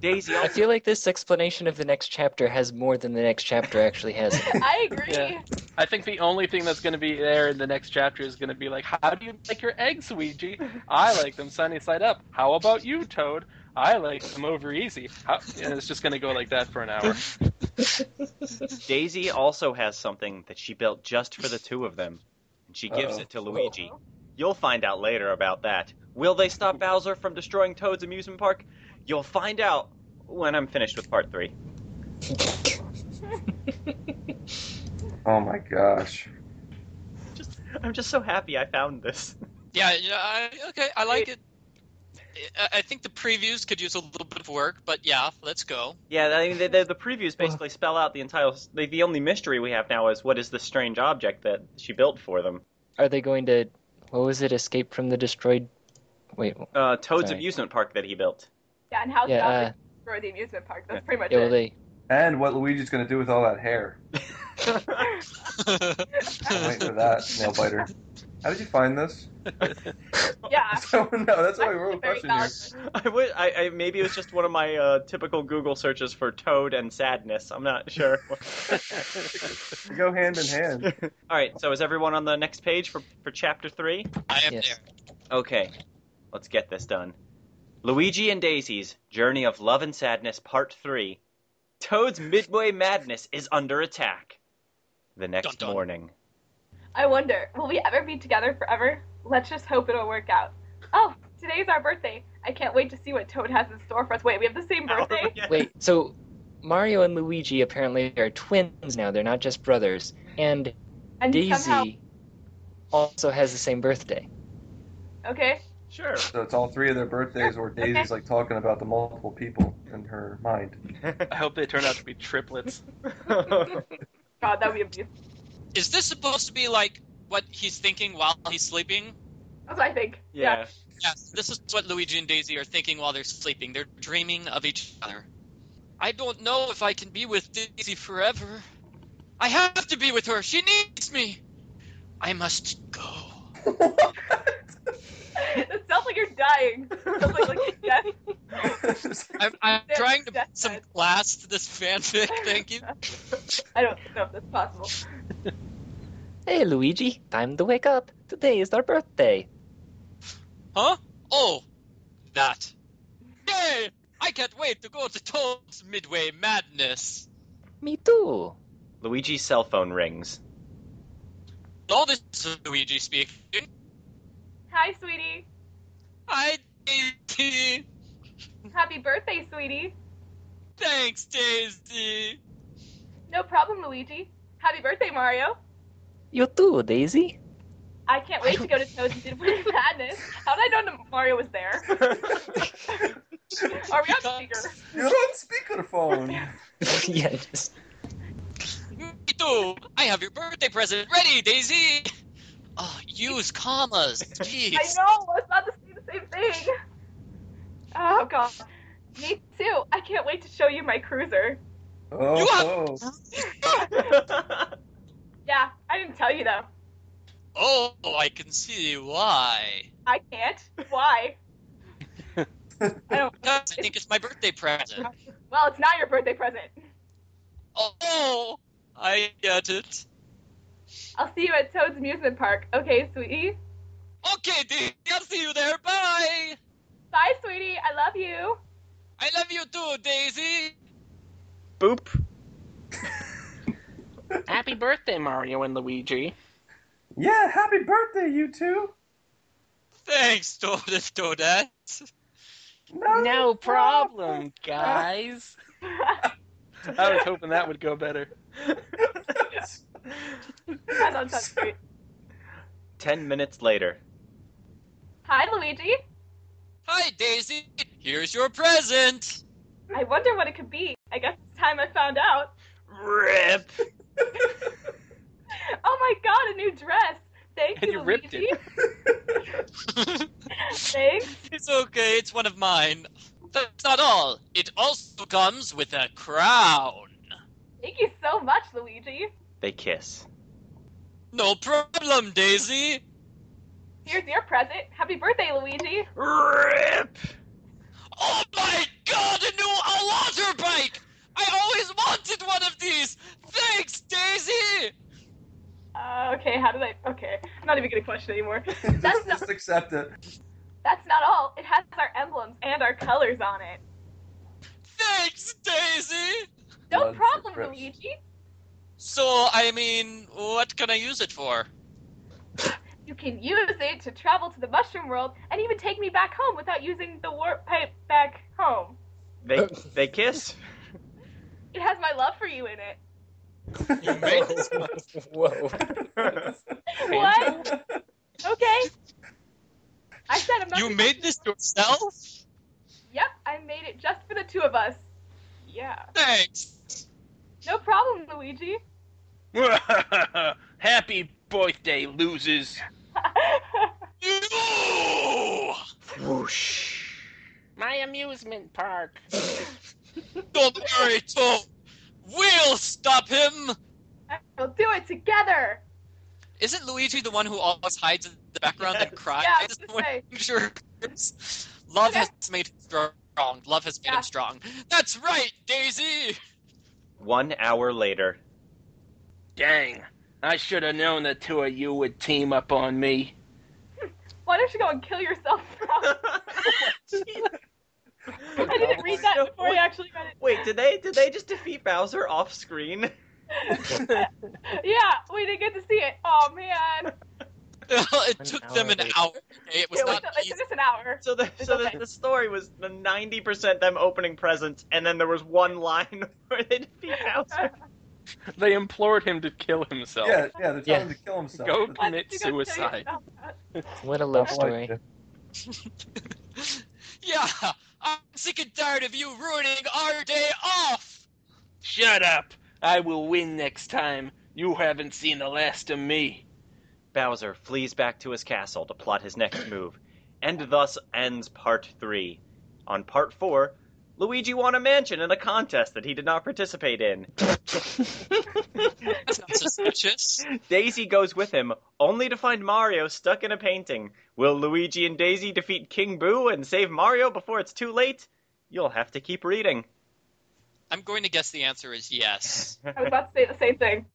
Speaker 1: Daisy
Speaker 4: I
Speaker 1: also
Speaker 4: feel like this explanation of the next chapter has more than the next chapter actually
Speaker 6: [LAUGHS]
Speaker 4: has.
Speaker 3: I agree.
Speaker 5: Yeah. I think the only thing that's going to be there in the next chapter is going to be like, how do you like your eggs, Ouija? I like them sunny side up. How about you, Toad? I like them over easy. How... And it's just going to go like that for an
Speaker 7: [LAUGHS]
Speaker 5: hour.
Speaker 1: Daisy also has something that she built just for the two of them, and she gives
Speaker 6: Uh-oh.
Speaker 1: it to Luigi. You'll find out later about that. Will they stop Bowser from destroying Toad's amusement park? You'll find out when I'm finished with part three.
Speaker 6: Oh my gosh.
Speaker 1: Just, I'm just so happy I found this. [LAUGHS]
Speaker 2: Yeah, yeah, I, okay, I like it. I- I think the previews could use a little bit of work, but yeah, let's go. [LAUGHS]
Speaker 1: Yeah, I mean, the, the, the previews basically spell out the entire. The, the only mystery we have now is what is the strange object that she built for them.
Speaker 4: Are they going to? What was it? Escape from the destroyed. Wait.
Speaker 1: Uh, Toad's
Speaker 4: Sorry.
Speaker 1: amusement park that he [LAUGHS] built.
Speaker 3: Yeah, and how's
Speaker 4: Yeah.
Speaker 3: that
Speaker 4: Uh,
Speaker 3: for the amusement park? That's pretty much
Speaker 4: yeah. Well,
Speaker 3: it.
Speaker 4: they.
Speaker 6: And what Luigi's gonna do with all that hair? I'm waiting for that nail biter. How did you find this?
Speaker 3: [LAUGHS]
Speaker 6: [LAUGHS]
Speaker 3: Yeah.
Speaker 6: So, no, that's why we're
Speaker 3: That's a [LAUGHS]
Speaker 6: all
Speaker 3: very
Speaker 6: question here.
Speaker 3: valid one.
Speaker 1: I would. I, I maybe it was just one of my uh, typical Google searches for Toad and sadness. I'm not [LAUGHS] sure.
Speaker 6: They go hand in hand.
Speaker 1: All right, so is everyone on the next page for, for chapter three?
Speaker 2: I am
Speaker 4: Yes.
Speaker 2: there.
Speaker 1: Okay, let's get this done. Luigi and Daisy's Journey of Love and Sadness, Part 3 Toad's Midway Madness is under attack. The next
Speaker 2: Dun dun.
Speaker 1: morning.
Speaker 3: I wonder, will we ever be together forever? Let's just hope it'll work out. Oh, today's our birthday. I can't wait to see what Toad has in store for us. Wait, we have the same birthday?
Speaker 1: Oh, [LAUGHS] Yeah.
Speaker 4: Wait. So, Mario and Luigi apparently are twins now. They're not just brothers. And
Speaker 3: And
Speaker 4: Daisy
Speaker 3: somehow,
Speaker 4: also has the same birthday.
Speaker 3: okay,
Speaker 1: [LAUGHS] Sure.
Speaker 6: So it's all three of their birthdays where Daisy's like talking about the multiple people in her mind.
Speaker 5: I hope they turn out to be triplets.
Speaker 3: God, that would be abuse.
Speaker 2: Is this supposed to be like what he's thinking while he's sleeping?
Speaker 3: That's what I think.
Speaker 1: yeah.
Speaker 2: Yes, this is what Luigi and Daisy are thinking while they're sleeping. They're dreaming of each other. I don't know if I can be with Daisy forever. I have to be with her. She needs me. I must go.
Speaker 3: [LAUGHS]
Speaker 6: [LAUGHS]
Speaker 3: it sounds like
Speaker 1: [LAUGHS]
Speaker 3: you're dying. It sounds like, like death.
Speaker 2: I'm, I'm
Speaker 3: That's-
Speaker 2: trying to put
Speaker 3: that's
Speaker 2: some
Speaker 3: sad.
Speaker 2: class to this
Speaker 3: [LAUGHS]
Speaker 2: fanfic. Thank you.
Speaker 3: I don't know if that's possible.
Speaker 4: Hey, Luigi. Time to wake up. Today is our birthday.
Speaker 2: Huh? Oh, that. Yay! I can't wait to go to Toad's Midway Madness.
Speaker 4: Me too.
Speaker 1: Luigi's cell phone [LAUGHS] rings.
Speaker 2: No, this is Luigi speaking.
Speaker 3: Hi, sweetie.
Speaker 2: Hi, Daisy.
Speaker 3: Happy birthday, sweetie.
Speaker 2: Thanks, Daisy.
Speaker 3: No problem, Luigi. Happy birthday, Mario.
Speaker 4: You too, Daisy. [LAUGHS]
Speaker 3: I can't wait to go to Toad's Midway Madness. How did I know that Mario was there? Are we on speaker?
Speaker 6: You're on speakerphone.
Speaker 4: yeah. Just,
Speaker 2: Me too. I have your birthday present ready, Daisy. Oh, use commas. Jeez.
Speaker 3: [LAUGHS] I know it's not the same, the same thing. Oh god, me too. I can't wait to show you my cruiser.
Speaker 6: Oh,
Speaker 2: You have-
Speaker 6: oh.
Speaker 3: Yeah, I didn't tell you though.
Speaker 2: Oh, I can see why.
Speaker 3: I can't. Why? I don't.
Speaker 2: Because I think it's my birthday present.
Speaker 3: Well, it's not your birthday present.
Speaker 2: Oh, I get it.
Speaker 3: I'll see you at Toad's amusement park. Okay, sweetie.
Speaker 2: Okay, Daisy, I'll see you there. Bye.
Speaker 3: Bye, sweetie. I love you. [LAUGHS]
Speaker 2: I love you too, Daisy.
Speaker 1: Boop.
Speaker 7: Happy birthday, Mario and Luigi.
Speaker 6: [LAUGHS] Yeah, happy birthday, you two.
Speaker 2: Thanks, [LAUGHS] Toad and Toadette.
Speaker 6: No,
Speaker 7: No problem, guys. I was hoping that would go better.
Speaker 6: [LAUGHS]
Speaker 3: I love Toad's cruiser.
Speaker 1: Ten minutes later.
Speaker 3: Hi, Luigi.
Speaker 2: Hi, Daisy. Here's your present.
Speaker 3: I wonder what it could be. I guess it's time I found out.
Speaker 1: Rip.
Speaker 3: Oh my god, a new dress. Thank
Speaker 5: And
Speaker 3: you,
Speaker 5: you ripped
Speaker 3: Luigi.
Speaker 5: it.
Speaker 3: [LAUGHS] Thanks.
Speaker 2: It's okay, it's one of mine. That's not all. It also comes with a crown.
Speaker 3: Thank you so much, Luigi.
Speaker 1: They kiss.
Speaker 2: No problem, Daisy.
Speaker 3: Here's your present. Happy birthday, Luigi.
Speaker 1: Rip.
Speaker 2: Oh my god, a new a water bike! I always wanted one of these! Thanks, Daisy!
Speaker 3: Uh, okay, how did I? Okay, I'm not even gonna question anymore. That's
Speaker 6: just,
Speaker 3: not,
Speaker 6: just accept it.
Speaker 3: that's not all. It has our emblems and our colors on it.
Speaker 2: Thanks, Daisy!
Speaker 3: No
Speaker 6: Blood for
Speaker 3: problem,
Speaker 6: Crips.
Speaker 3: Luigi.
Speaker 2: So, I mean, what can I use it for?
Speaker 3: You can use it to travel to the mushroom world and even take me back home without using the warp pipe back home.
Speaker 1: They they kiss.
Speaker 3: It has my love for you in it.
Speaker 6: [LAUGHS]
Speaker 4: Whoa.
Speaker 3: What? Okay. I said I'm not.
Speaker 2: You
Speaker 3: gonna-
Speaker 2: made this yourself?
Speaker 3: Yep, I made it just for the two of us. Yeah.
Speaker 2: Thanks!
Speaker 3: No problem, Luigi.
Speaker 7: [LAUGHS]
Speaker 3: [LAUGHS]
Speaker 7: Happy birthday, losers.
Speaker 2: You!
Speaker 1: Whoosh.
Speaker 7: My amusement park.
Speaker 2: Don't worry, Tom! We'll stop him!
Speaker 3: we'll do it together.
Speaker 2: Isn't Luigi the one who always hides in the background and cries?
Speaker 3: Yeah, I was gonna
Speaker 2: when [LAUGHS]
Speaker 3: say.
Speaker 2: danger appears? Love has made him strong. Love has made
Speaker 3: Yeah.
Speaker 2: him strong. That's right, Daisy! [LAUGHS]
Speaker 1: One hour later.
Speaker 7: Dang. I should have known the two of you would team up on me.
Speaker 3: Why don't you go and kill yourself? [LAUGHS] now? I
Speaker 2: [LAUGHS]
Speaker 3: didn't read that
Speaker 1: No,
Speaker 3: before I actually read
Speaker 1: [LAUGHS] Wait, did they did they just defeat Bowser off screen? [LAUGHS]
Speaker 3: it. Yeah, we didn't get to see it. Oh man,
Speaker 2: it
Speaker 4: An
Speaker 2: took
Speaker 4: hour
Speaker 2: them an
Speaker 4: later.
Speaker 2: hour. Okay, it was
Speaker 1: Yeah,
Speaker 2: not
Speaker 3: So it's
Speaker 2: easy.
Speaker 3: just an hour.
Speaker 1: So the
Speaker 3: It's
Speaker 1: so
Speaker 3: okay.
Speaker 1: the, the story was the ninety percent them opening presents, and then there was one line [LAUGHS] where they defeat Bowser.
Speaker 5: [LAUGHS] They implored him to kill himself.
Speaker 6: Yeah, yeah, they're telling
Speaker 4: Yeah.
Speaker 6: him to kill himself.
Speaker 5: Go
Speaker 6: That's
Speaker 3: Why don't
Speaker 5: commit
Speaker 3: you go kill
Speaker 5: suicide.
Speaker 3: yourself?
Speaker 4: What a
Speaker 6: not
Speaker 4: love
Speaker 6: like
Speaker 4: story.
Speaker 6: it.
Speaker 2: Yeah, I'm sick and tired of you ruining our day off.
Speaker 7: Shut up. I will win next time. You haven't seen the last of me.
Speaker 1: Bowser flees back to his castle to plot his next move, and thus ends part three. On part four, Luigi won a mansion in a contest that he did not participate in.
Speaker 2: That's not suspicious.
Speaker 1: Daisy goes with him, only to find Mario stuck in a painting. Will Luigi and Daisy defeat King Boo and save Mario before it's too late? You'll have to keep reading.
Speaker 2: I'm going to guess the answer is yes.
Speaker 3: I was about to say the same thing.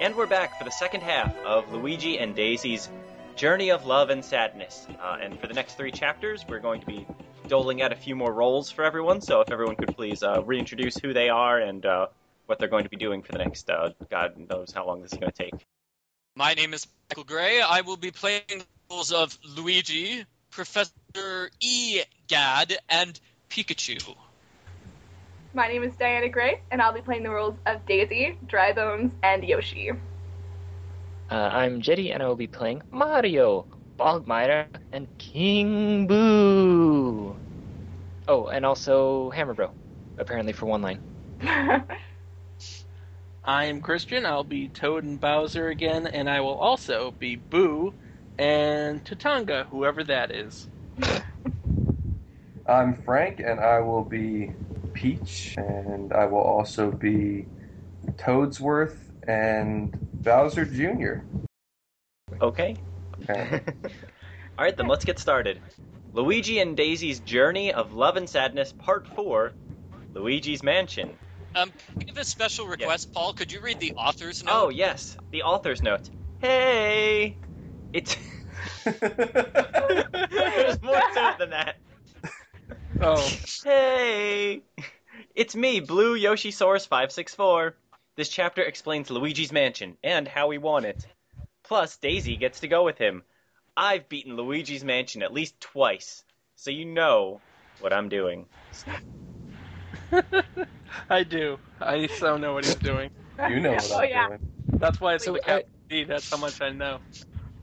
Speaker 1: And we're back for the second half of Luigi and Daisy's Journey of Love and Sadness. Uh, and for the next three chapters, we're going to be doling out a few more roles for everyone. So if everyone could please uh, reintroduce who they are and uh, what they're going to be doing for the next, uh, God knows how long this is going to take.
Speaker 2: My name is Michael Gray. I will be playing the roles of Luigi, Professor E. Gad, and Pikachu.
Speaker 3: My name is Diana Gray, and I'll be playing the roles of Daisy, Dry Bones, and Yoshi. [LAUGHS]
Speaker 4: Uh, I'm Jetty, and I will be playing Mario, Bogmire, and King Boo. Oh, and also Hammer Bro, apparently for one line.
Speaker 5: I am Christian. I'll be Toad and Bowser again, and I will also be Boo and Tatanga, whoever that is.
Speaker 6: I'm Frank, and I will be Peach, and I will also be Toadsworth and Bowser Jr.
Speaker 1: Okay. All right, then let's get started. Luigi and Daisy's Journey of Love and Sadness, Part 4 Luigi's Mansion.
Speaker 2: Um, can I give a special request, Paul. Could you read the author's note?
Speaker 1: Oh, yes, the author's note. Hey! It's. [LAUGHS]
Speaker 6: [LAUGHS]
Speaker 1: There's more to it than that.
Speaker 5: Oh,
Speaker 1: Hey! It's me, Blue Yoshisaurus564. This chapter explains Luigi's mansion and how he won it. Plus, Daisy gets to go with him. I've beaten Luigi's mansion at least twice, so you know what I'm doing.
Speaker 5: [LAUGHS] I do. I so know what he's doing.
Speaker 6: You know what
Speaker 3: oh,
Speaker 6: I'm
Speaker 3: yeah.
Speaker 6: doing.
Speaker 5: That's why it's
Speaker 4: So
Speaker 5: the
Speaker 4: I-
Speaker 5: capital D. That's how much I know.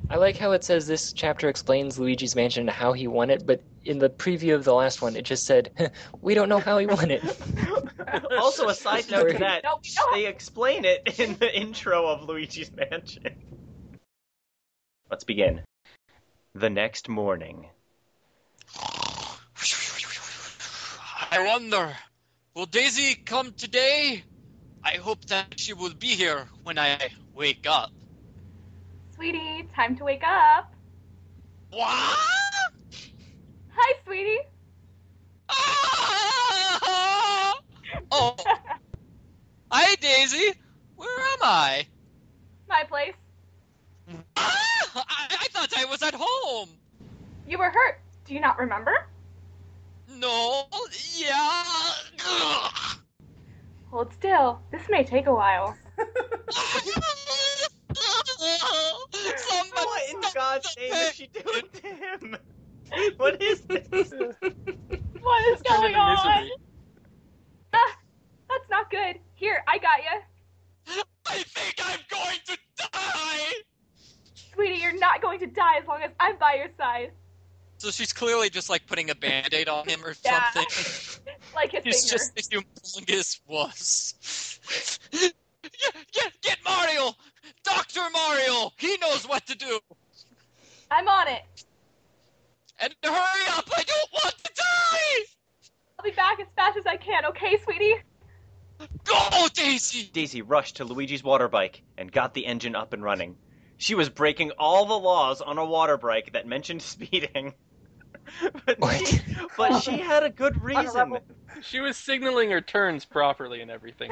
Speaker 4: I like how it says this chapter explains Luigi's mansion and how he won it, but in the preview of the last one, it just said, [LAUGHS] "We don't know how he won it." [LAUGHS]
Speaker 5: [LAUGHS]
Speaker 1: Also, a side note to that,
Speaker 3: No, we don't
Speaker 1: they explain it in the intro of Luigi's Mansion. Let's begin. The next morning.
Speaker 2: I wonder, will Daisy come today? I hope that she will be here when I wake up.
Speaker 3: Sweetie, time to wake up.
Speaker 2: What?
Speaker 3: Hi, sweetie. [LAUGHS]
Speaker 2: Ah! Oh, hi, Daisy. Where am I?
Speaker 3: My place.
Speaker 2: Ah! I-, I thought I was at home.
Speaker 3: You were hurt. Do you not remember?
Speaker 2: No, yeah.
Speaker 1: [LAUGHS]
Speaker 2: [LAUGHS] Ugh.
Speaker 3: Hold still. This may take a while.
Speaker 2: Somebody
Speaker 1: What in God's name is she doing to him? What is this?
Speaker 3: What is
Speaker 5: Turn
Speaker 3: going
Speaker 5: into
Speaker 3: on?
Speaker 5: misery.
Speaker 3: Ah, that's not good. Here, I got you.
Speaker 2: I think I'm going to die!
Speaker 3: Sweetie, you're not going to die as long as I'm by your side.
Speaker 2: So she's clearly just like putting a band aid on him or
Speaker 3: Yeah.
Speaker 2: something. [LAUGHS]
Speaker 3: Like his
Speaker 2: He's
Speaker 3: finger.
Speaker 2: just a humongous [LAUGHS] wuss. get, get, get Mario! Dr. Mario! He knows what to do!
Speaker 3: I'm on it.
Speaker 2: And hurry up! I don't want to die!
Speaker 3: I'll be back as fast as I can, okay, sweetie?
Speaker 2: Go, Daisy!
Speaker 1: [LAUGHS] Daisy rushed to Luigi's water bike and got the engine up and running. She was breaking all the laws on a water bike that mentioned [LAUGHS] speeding. but, She, but she had a good reason.
Speaker 3: rebel.
Speaker 5: She was signaling her turns properly and everything.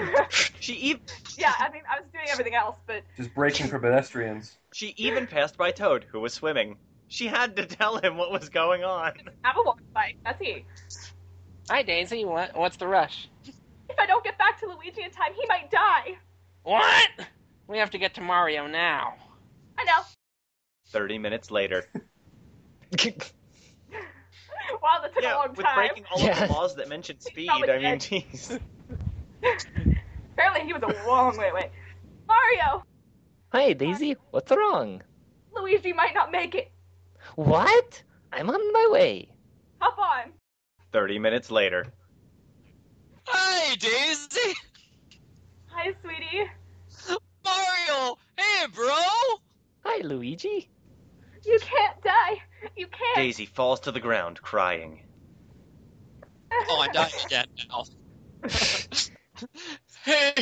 Speaker 1: She e- even
Speaker 3: Yeah, I mean, I was doing everything else, but
Speaker 6: Just breaking for pedestrians. [LAUGHS]
Speaker 1: she even passed by Toad, who was swimming. She had to tell him what was going on.
Speaker 3: I'm a walk bike. That's he.
Speaker 7: Hi, Daisy. What? What's the rush?
Speaker 3: If I don't get back to Luigi in time, he might die.
Speaker 7: What? We have to get to Mario now.
Speaker 3: I know.
Speaker 1: Thirty minutes
Speaker 3: [LAUGHS]
Speaker 1: later,
Speaker 3: Wow, that took
Speaker 1: yeah,
Speaker 3: a long
Speaker 1: with
Speaker 3: time.
Speaker 1: breaking all
Speaker 4: Yeah.
Speaker 1: of the laws that
Speaker 3: [LAUGHS]
Speaker 1: mentioned speed.
Speaker 3: probably
Speaker 1: I mean,
Speaker 3: dead.
Speaker 1: jeez.
Speaker 3: Apparently, he was a long way away. Mario,
Speaker 4: Hi, Daisy. What's wrong?
Speaker 3: Luigi might not make it.
Speaker 4: What? I'm on my way.
Speaker 3: Hop on.
Speaker 1: Thirty minutes later,
Speaker 2: Hi, Daisy!
Speaker 3: Hi, sweetie.
Speaker 2: Mario! Hey, bro!
Speaker 4: Hi, Luigi.
Speaker 3: You can't die. You can't. [LAUGHS]
Speaker 1: Daisy falls to the ground crying.
Speaker 2: Oh, I'm dying again now. [LAUGHS] hey,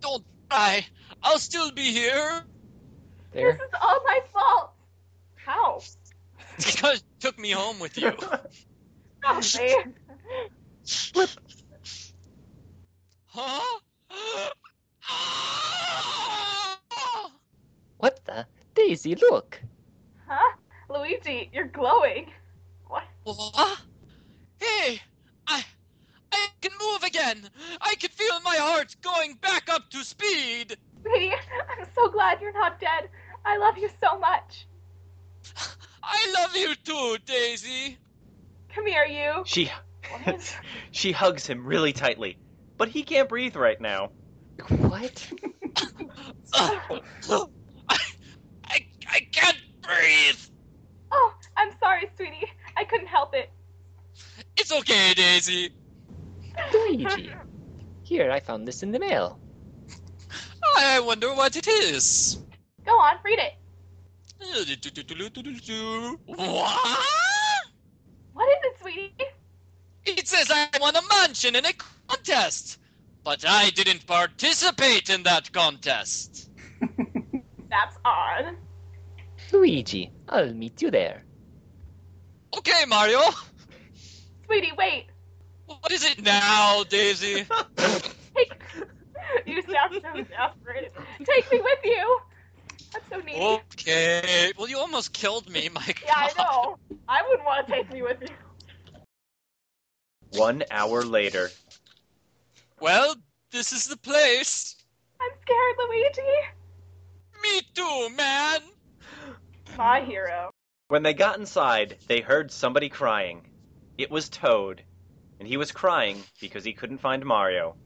Speaker 2: don't die. I'll still be here
Speaker 3: This [LAUGHS]
Speaker 4: There.
Speaker 3: is all my fault. How?
Speaker 2: [LAUGHS] because you took me home with
Speaker 1: [LAUGHS]
Speaker 2: you.
Speaker 3: Probably.
Speaker 2: Huh?
Speaker 4: What the? Daisy, look.
Speaker 3: Huh? Luigi, you're glowing. What?
Speaker 2: What? Hey, I, I can move again. I can feel my heart going back up to speed.
Speaker 3: Sweetie, I'm so glad you're not dead. I love you so much.
Speaker 2: I love you too, Daisy.
Speaker 3: Come here, you.
Speaker 1: She
Speaker 3: What?
Speaker 1: [LAUGHS] she hugs him really tightly, but he can't breathe right now.
Speaker 4: What?
Speaker 2: I, I, I can't breathe.
Speaker 3: oh, I'm sorry, sweetie. I couldn't help it.
Speaker 2: It's okay, Daisy.
Speaker 4: Luigi. Here, I found this in the mail.
Speaker 2: I wonder what it is.
Speaker 3: Go on, read it.
Speaker 2: What?
Speaker 3: What is it, sweetie?
Speaker 2: It says I won a mansion in a contest, but I didn't participate in that contest.
Speaker 3: That's odd.
Speaker 4: Luigi, I'll meet you there.
Speaker 2: Okay, Mario.
Speaker 3: Sweetie, wait.
Speaker 2: What is it now,
Speaker 3: [LAUGHS]
Speaker 2: Daisy?
Speaker 3: Take... you sound so desperate. Take me with you. That's so needy.
Speaker 2: Oh. okay. Well, you almost killed me, my
Speaker 3: [LAUGHS] Yeah, I
Speaker 2: God.
Speaker 3: know. I wouldn't want to take me with you.
Speaker 1: One hour later.
Speaker 2: Well, this is the place.
Speaker 3: I'm scared, Luigi.
Speaker 2: Me too, man.
Speaker 3: My hero.
Speaker 1: When they got inside, they heard somebody crying. It was Toad, and he was crying because he couldn't find Mario.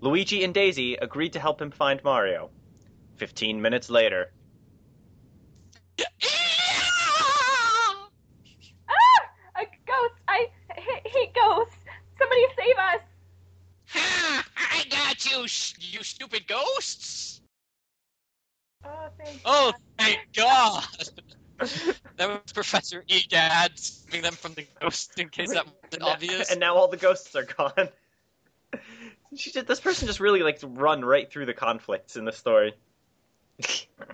Speaker 1: Luigi and Daisy agreed to help him find Mario. Fifteen minutes later.
Speaker 3: Ah! A ghost. I. He, he ghost. Somebody save us.
Speaker 2: Ha! I got you, sh- you stupid ghosts.
Speaker 3: Oh, thank
Speaker 2: Oh, thank God. that was Professor Egad saving them from the ghost in case that
Speaker 3: [LAUGHS]
Speaker 2: wasn't obvious.
Speaker 1: And now all the ghosts are gone. [LAUGHS] she just, this person just really likes to run right through the conflicts in the story.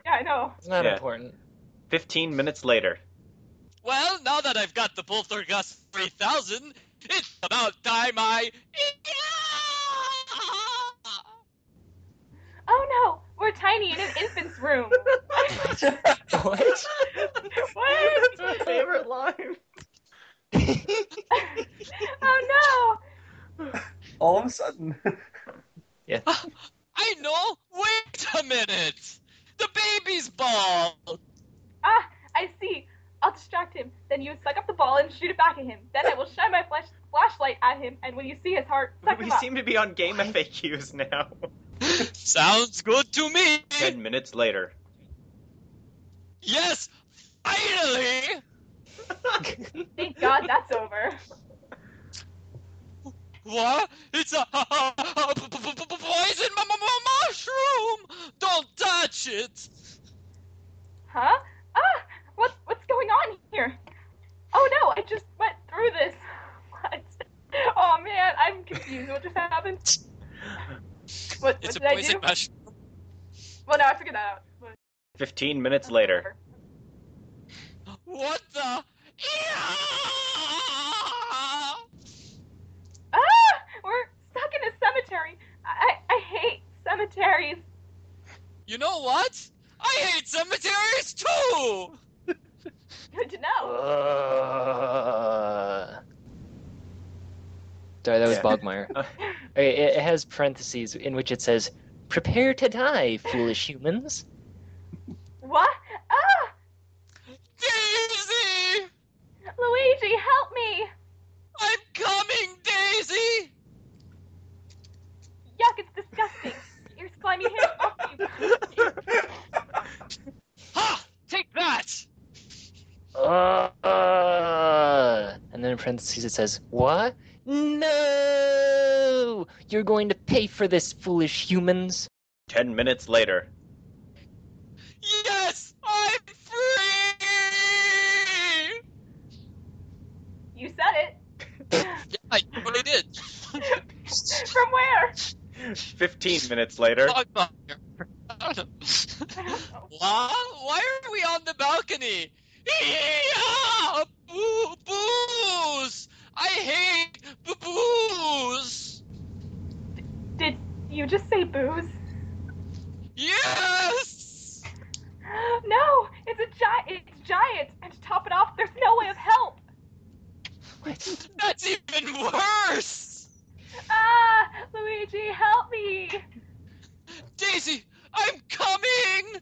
Speaker 3: Yeah, I know.
Speaker 4: It's not
Speaker 1: Yeah.
Speaker 4: important.
Speaker 1: Fifteen minutes [LAUGHS] later.
Speaker 2: Well, now that I've got the Poltergust 3000, it's about time I.
Speaker 3: Oh no, we're tiny in an infant's room.
Speaker 4: [LAUGHS] What?
Speaker 3: [LAUGHS] what?
Speaker 1: That's my favorite line.
Speaker 3: Oh
Speaker 6: All of a sudden, [LAUGHS]
Speaker 2: I know! Wait a minute! The baby's ball!
Speaker 3: no! Ah, I see. I'll distract him. Then you suck up the ball and shoot it back at him. Then I will shine my flash- flashlight at him, and when you see his heart,
Speaker 1: [LAUGHS]
Speaker 3: suck
Speaker 1: We
Speaker 3: him up.
Speaker 1: seem to be on game FAQs now.
Speaker 2: Sounds good to me!
Speaker 1: Ten minutes later.
Speaker 2: Yes! Finally!
Speaker 3: Thank God that's over.
Speaker 2: What? It's a, [LAUGHS] a p- p- p- poison mu- mu- mu- mushroom! Don't touch it!
Speaker 3: Huh? Ah, what what's going on here? Oh no, I just went through this. What? Oh man, I'm confused. What just happened? What, what
Speaker 2: It's a
Speaker 3: did I do?
Speaker 2: poison mushroom.
Speaker 3: Well, no, I figured that out. But-
Speaker 1: Fifteen minutes later.
Speaker 2: What the?
Speaker 3: Ah! We're stuck in a cemetery. I, I hate cemeteries.
Speaker 2: You know what? I hate cemeteries too!
Speaker 3: Good to know.
Speaker 4: Uh... Sorry, that was
Speaker 1: Yeah.
Speaker 4: Bogmire. Okay, it, it has parentheses in which it says, "Prepare to die, foolish humans."
Speaker 3: What? Ah!
Speaker 2: Daisy!
Speaker 3: Luigi, help me!
Speaker 2: I'm coming, Daisy!
Speaker 3: Yuck, it's disgusting. Your slimy hair off you.
Speaker 2: Ha! Take that!
Speaker 4: Uh, and then in parentheses it says, What? No! You're going to pay for this, foolish humans!
Speaker 1: Ten minutes later.
Speaker 2: Yes! I'm free!
Speaker 3: You said
Speaker 2: Yeah, I totally did.
Speaker 3: it. From where?
Speaker 1: Fifteen minutes later.
Speaker 2: Dog bugger. I [LAUGHS] don't know. Why? Why are we on the balcony? Yeah! Boo! Booze! I hate b- booze!
Speaker 3: Did you just say booze?
Speaker 2: Yes!
Speaker 3: No, it's a giant. It's giant. And to top it off, there's no way of help.
Speaker 2: That's even worse!
Speaker 3: Ah, Luigi, help me! [GASPS]
Speaker 2: Daisy, I'm coming!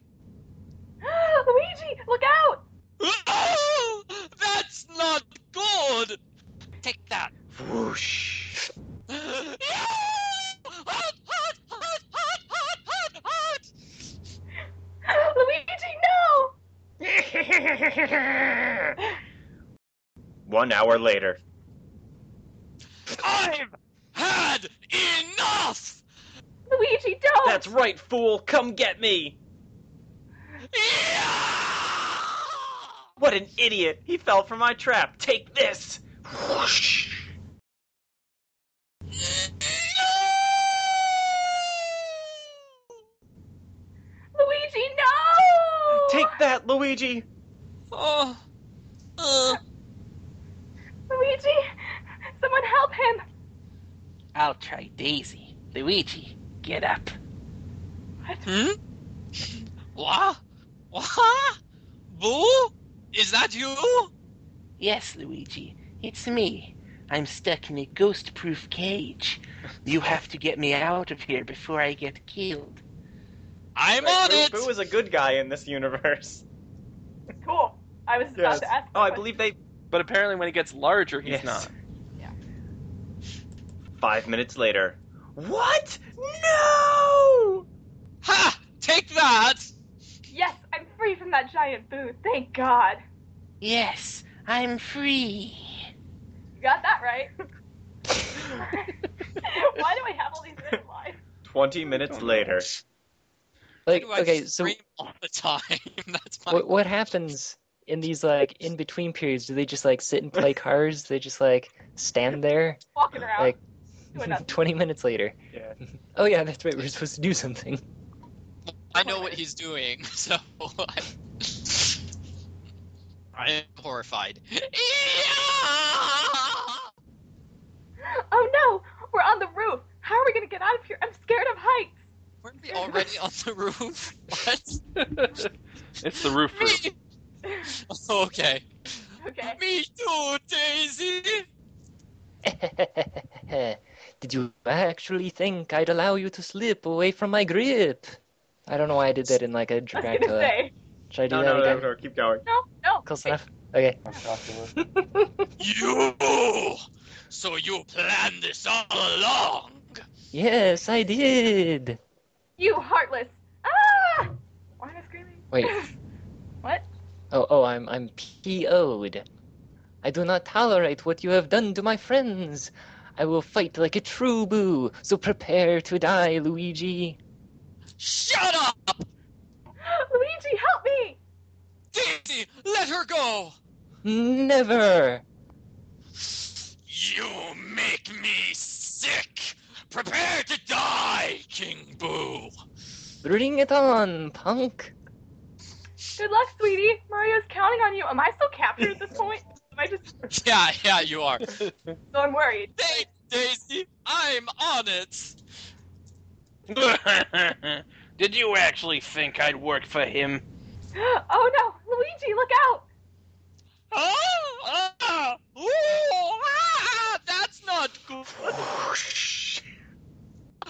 Speaker 3: Luigi, look out! [GASPS]
Speaker 2: Oh, that's not good! Take that.
Speaker 1: Whoosh.
Speaker 2: Yeah! Hot, hot, hot, hot, hot, hot, hot!
Speaker 3: Luigi, no!
Speaker 1: One hour later.
Speaker 2: I've had enough!
Speaker 3: Luigi, don't!
Speaker 1: That's right, fool. Come get me.
Speaker 2: Yeah!
Speaker 1: What an idiot. He fell for my trap. Take this. Whoosh.
Speaker 3: Luigi, no!
Speaker 1: Take that, Luigi!
Speaker 2: Oh. Uh,
Speaker 3: Luigi, someone help him.
Speaker 7: I'll try Daisy. Luigi, get up.
Speaker 2: hmm? Wah? Wah? Boo? Is that you?
Speaker 7: Yes, Luigi, it's me. I'm stuck in a ghost proof cage. You have to get me out of here before I get killed.
Speaker 2: I'm
Speaker 1: Right,
Speaker 2: on
Speaker 1: Boo-
Speaker 2: it!
Speaker 1: Boo is a good guy in this universe.
Speaker 3: Cool. I was about
Speaker 5: Yes.
Speaker 3: to ask.
Speaker 1: Oh, I
Speaker 3: that
Speaker 1: believe they.
Speaker 5: But apparently, when he gets larger, he's
Speaker 1: Yes.
Speaker 5: not.
Speaker 1: Five minutes later. What? No!
Speaker 2: Ha! Take that!
Speaker 3: question. Yes, I'm free from that giant booth. Thank God.
Speaker 7: Yes, I'm free.
Speaker 3: You got that
Speaker 1: [LAUGHS]
Speaker 3: right. [LAUGHS] Why do I have all these red lines?
Speaker 1: Twenty minutes later.
Speaker 2: Why
Speaker 4: Like,
Speaker 2: do I
Speaker 4: okay, so
Speaker 2: scream all the time? [LAUGHS] That's my.
Speaker 4: what, what happens in these like in between periods? Do they just like sit and play cards? Do they just like stand there?
Speaker 3: Walking around.
Speaker 4: Like, [LAUGHS]
Speaker 3: doing nothing.
Speaker 4: Twenty minutes later.
Speaker 1: Yeah.
Speaker 4: Oh yeah, that's right. We're supposed to do something. [LAUGHS]
Speaker 2: I know what he's doing, [LAUGHS] so I, I am horrified.
Speaker 3: Oh no, we're on the roof. How are we gonna get out of here? I'm scared of heights.
Speaker 2: Weren't we already on the roof? What?
Speaker 5: [LAUGHS] It's
Speaker 2: [LAUGHS]
Speaker 5: the roof roof.
Speaker 2: Me? Okay.
Speaker 3: Okay.
Speaker 2: Me too, Daisy.
Speaker 4: did you actually think I'd allow you to slip away from my grip? I don't know why I did that in like a
Speaker 3: I was gonna
Speaker 4: Dracula.
Speaker 3: say.
Speaker 4: Should I do
Speaker 1: No,
Speaker 4: that
Speaker 1: no,
Speaker 4: again?
Speaker 1: no, no, keep going.
Speaker 3: No, no.
Speaker 4: Close enough. Okay.
Speaker 6: I'm shocked at her.
Speaker 2: You. So you planned this all along.
Speaker 4: Yes, I did.
Speaker 3: You heartless. Ah! Why am I screaming? [LAUGHS]
Speaker 4: Wait.
Speaker 3: What?
Speaker 4: Oh, oh, I'm I'm PO'd. I do not tolerate what you have done to my friends. I will fight like a true boo. So prepare to die, Luigi.
Speaker 2: Shut up,
Speaker 3: Luigi, help me!
Speaker 2: Daisy. Let her go.
Speaker 4: Never.
Speaker 2: You make me sick. Prepare to die, King Boo.
Speaker 4: Bring it on, punk.
Speaker 3: Good luck, sweetie. Mario's counting on you. Am I still captured at this point? Am I
Speaker 2: [LAUGHS]
Speaker 3: just
Speaker 2: Yeah, yeah, you are.
Speaker 3: so I'm worried.
Speaker 2: Thanks, Daisy. I'm on it.
Speaker 7: [LAUGHS] Did you actually think I'd work for him?
Speaker 3: [GASPS] Oh no, Luigi, look out! [LAUGHS]
Speaker 2: Oh, ah, ooh, ah, that's not good.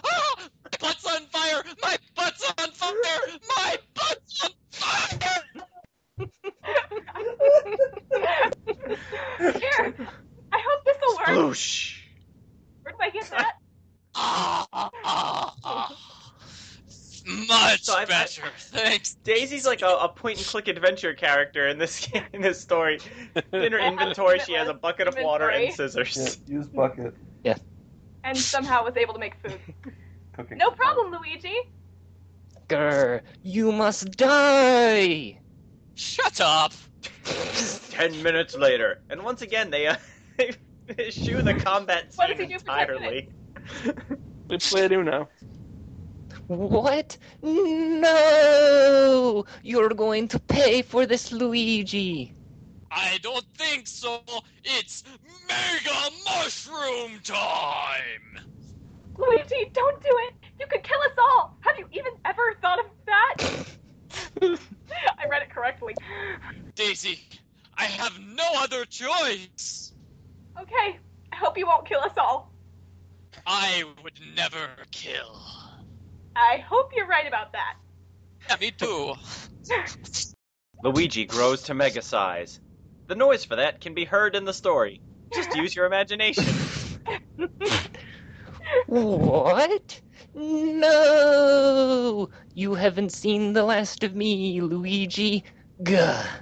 Speaker 2: Ah, my butt's on fire. My butt's on fire. My butt's on fire.
Speaker 3: Here, I hope this
Speaker 1: [LAUGHS]
Speaker 3: will work.
Speaker 1: Whoosh!
Speaker 3: Where did I get that?
Speaker 2: Ah, ah, ah, ah. Much
Speaker 1: So I've-
Speaker 2: better. Thanks.
Speaker 1: Daisy's like a, a point and click adventure character in this [LAUGHS] in this story. In her inventory, she has a bucket of water and
Speaker 6: Yeah,
Speaker 1: scissors.
Speaker 6: use bucket.
Speaker 3: And somehow was able to make food.
Speaker 6: Cooking.
Speaker 3: No problem, Luigi.
Speaker 4: Grr, you must die.
Speaker 2: Shut up.
Speaker 1: [LAUGHS] Ten minutes later, and once again they uh, [LAUGHS] they eschew the combat
Speaker 3: What
Speaker 1: scene
Speaker 3: does he do for 10
Speaker 1: entirely.
Speaker 5: We played Uno.
Speaker 4: What? No! You're going to pay for this, Luigi.
Speaker 2: I don't think so. It's mega mushroom time.
Speaker 3: Luigi, don't do it. You could kill us all. Have you even ever thought of that? I read it correctly.
Speaker 2: Daisy, I have no other choice.
Speaker 3: Okay, I hope you won't kill us all.
Speaker 2: I would [GASPS] never kill.
Speaker 3: I hope you're right about that.
Speaker 2: Yeah, me too.
Speaker 1: [LAUGHS] Luigi grows to mega size. The noise for that can be heard in the story. Just use your imagination.
Speaker 4: What? No! You haven't seen the last of me, Luigi. Gah. [LAUGHS]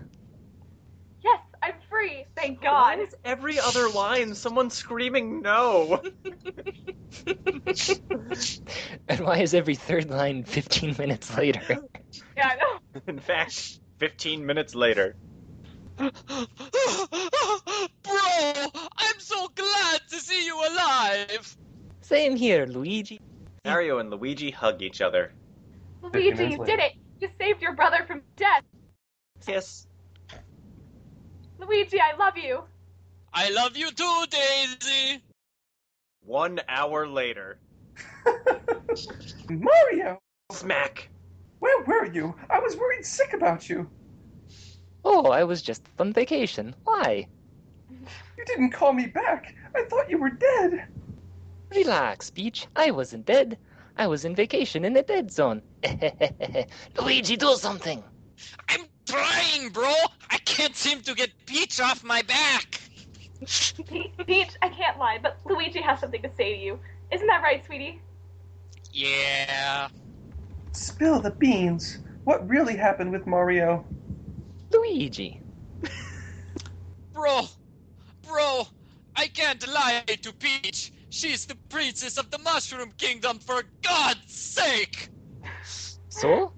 Speaker 3: Yes, I'm free. Thank [LAUGHS]
Speaker 1: Why
Speaker 3: God.
Speaker 1: is every other line someone screaming no? [LAUGHS]
Speaker 4: And why is every third line 15 minutes later?
Speaker 3: Yeah, I know.
Speaker 1: In fact, fifteen minutes later.
Speaker 2: Bro, I'm so glad to see you alive.
Speaker 4: [LAUGHS] Same here, Luigi.
Speaker 1: Mario and Luigi hug each other.
Speaker 3: Luigi,
Speaker 6: minutes
Speaker 3: you
Speaker 6: later.
Speaker 3: did it. You saved your brother from death.
Speaker 1: kiss.
Speaker 3: Luigi, I love you.
Speaker 2: I love you too, Daisy.
Speaker 1: One hour later,
Speaker 6: [LAUGHS] Mario,
Speaker 1: smack.
Speaker 6: where were you? I was worried sick about you.
Speaker 4: Oh, I was just on vacation. Why?
Speaker 6: You didn't call me back. I thought you were dead.
Speaker 4: Relax, Peach. I wasn't dead. I was in vacation in the dead zone. [LAUGHS] Luigi, do something.
Speaker 2: I'm trying, bro. I can't seem to get Peach off my back.
Speaker 3: Pe- Peach, I can't lie, but Luigi has something to say to you. Isn't that right, sweetie? [LAUGHS]
Speaker 2: Yeah.
Speaker 6: Spill the beans. What really happened with Mario?
Speaker 4: Luigi.
Speaker 2: Bro, bro, I can't lie to Peach. She's the princess of the Mushroom Kingdom, for God's sake!
Speaker 4: So?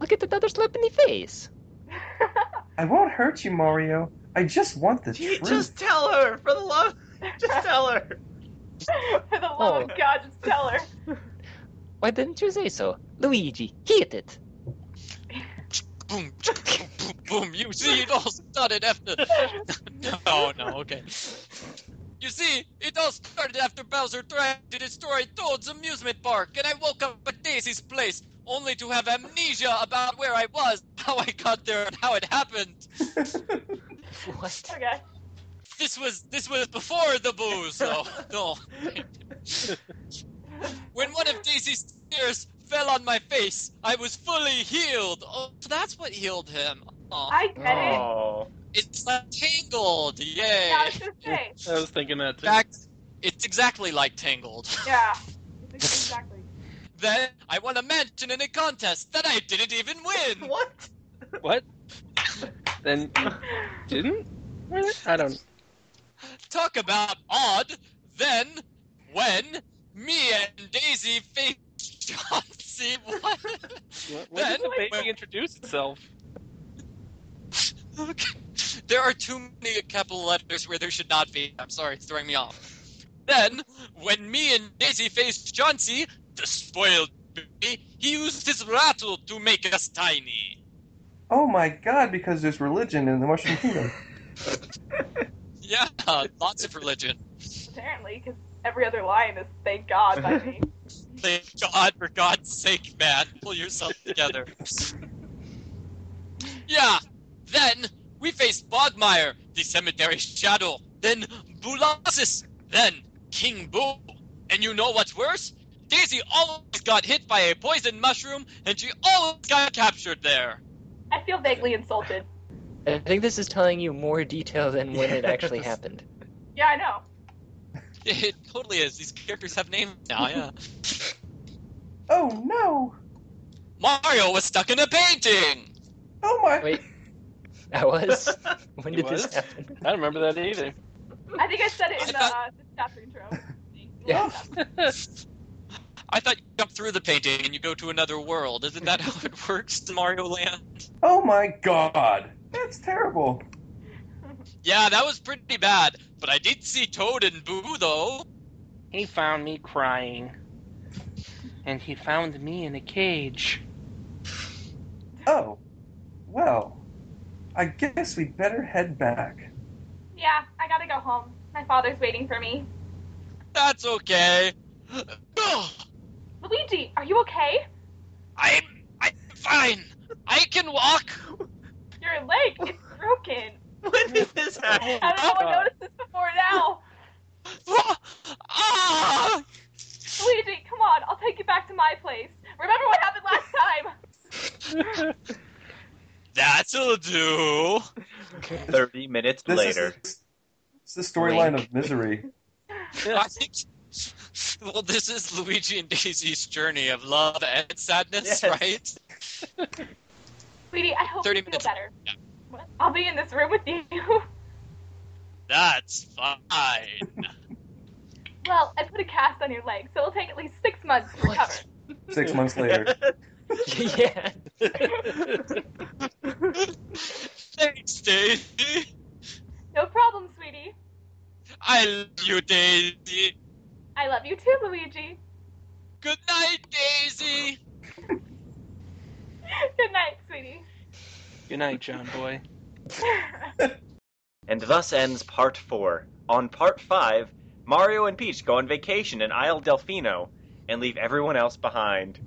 Speaker 4: Look at another slap in the face.
Speaker 6: I won't hurt you, Mario. I just want the
Speaker 1: Gee,
Speaker 6: truth.
Speaker 1: Just tell her, for the love. Just tell her.
Speaker 3: For the love
Speaker 4: Oh.
Speaker 3: of God, just tell her.
Speaker 4: Why didn't you say so? Luigi, hit it.
Speaker 2: Boom, boom, boom, boom. You see, it all started after. no, no, okay. You see, it all started after Bowser tried to destroy Toad's amusement park, and I woke up at Daisy's place, only to have amnesia about where I was, how I got there, and how it happened.
Speaker 4: What?
Speaker 3: Okay.
Speaker 2: This was this was before the booze, though. No. when one of Daisy's tears fell on my face, I was fully healed. Oh, that's what healed him. Aw.
Speaker 3: I get it.
Speaker 1: Oh.
Speaker 2: It's like Tangled, yay!
Speaker 3: Yeah, I was gonna say.
Speaker 5: [LAUGHS] I was thinking that too.
Speaker 2: Exact- it's exactly like Tangled.
Speaker 3: Yeah. Exactly.
Speaker 2: then I won a mansion in a contest that I didn't even win.
Speaker 1: What?
Speaker 5: What? Then you didn't? Really? I don't.
Speaker 2: Talk about odd. Then when me and Daisy faced [LAUGHS] John C. What?
Speaker 5: What, when
Speaker 2: then
Speaker 5: did the baby introduce itself?
Speaker 2: Okay. There are too many capital letters where there should not be. I'm sorry, it's throwing me off. Then, when me and Daisy faced Chauncey, the spoiled baby, he used his rattle to make us tiny.
Speaker 6: Oh my god, because there's religion in the Mushroom Kingdom.
Speaker 2: Yeah, [LAUGHS] lots of religion.
Speaker 3: Apparently, because every other line is "Thank God" by me.
Speaker 2: Thank God, for God's sake, man, pull yourself together. yeah, then we faced Bodmire, the cemetery shadow, then Bulasis, then King Boo. And you know what's worse? Daisy always got hit by a poison mushroom, and she always got captured there. [LAUGHS]
Speaker 3: I feel vaguely insulted.
Speaker 4: I think this is telling you more detail than when it actually
Speaker 6: Yes.
Speaker 4: happened.
Speaker 3: Yeah, I know.
Speaker 2: It totally is. These characters have names now, yeah.
Speaker 6: oh no!
Speaker 2: Mario was stuck in a painting!
Speaker 6: Oh my!
Speaker 4: Wait. I was? When
Speaker 5: You
Speaker 4: did this
Speaker 5: was?
Speaker 4: happen? [LAUGHS]
Speaker 5: I don't remember that either.
Speaker 3: I think I said it in the, uh, the chapter intro.
Speaker 4: Yeah.
Speaker 2: I thought you jump through the painting and you go to another world. Isn't that how it works in Mario Land?
Speaker 6: Oh my god! That's terrible.
Speaker 2: Yeah, that was pretty bad. But I did see Toad and Boo Boo though.
Speaker 7: He found me crying. And he found me in a cage.
Speaker 6: Oh, well. I guess we better head back.
Speaker 3: Yeah, I gotta go home. My father's waiting for me.
Speaker 2: That's okay. Ugh,
Speaker 3: Luigi, are you okay?
Speaker 2: I'm I'm fine. I can walk. [LAUGHS]
Speaker 3: Your leg is broken.
Speaker 1: When did this happen?
Speaker 3: How did no one notice this before now?
Speaker 2: Ah!
Speaker 3: Luigi, come on. I'll take you back to my place. Remember what happened last time.
Speaker 2: That'll do.
Speaker 1: 30 minutes
Speaker 6: This is-
Speaker 1: later.
Speaker 6: It's the storyline of misery.
Speaker 2: I think. Well, this is Luigi and Daisy's journey of love and sadness,
Speaker 1: Yes.
Speaker 2: right?
Speaker 3: Sweetie, I hope
Speaker 2: 30
Speaker 3: you feel
Speaker 2: minutes.
Speaker 3: better.
Speaker 2: Yeah.
Speaker 3: What? I'll be in this room with you. [LAUGHS]
Speaker 2: That's fine.
Speaker 3: well, I put a cast on your leg, so it'll take at least six months to
Speaker 4: What?
Speaker 3: recover.
Speaker 6: Six months later.
Speaker 4: yeah.
Speaker 2: Thanks, Daisy.
Speaker 3: No problem, sweetie.
Speaker 2: I love you, Daisy.
Speaker 3: I love you too, Luigi. [LAUGHS]
Speaker 2: Good night, Daisy.
Speaker 3: Good night, sweetie.
Speaker 5: Good night, John boy.
Speaker 1: And thus ends part four. On part five, Mario and Peach go on vacation in Isle Delfino and leave everyone else behind.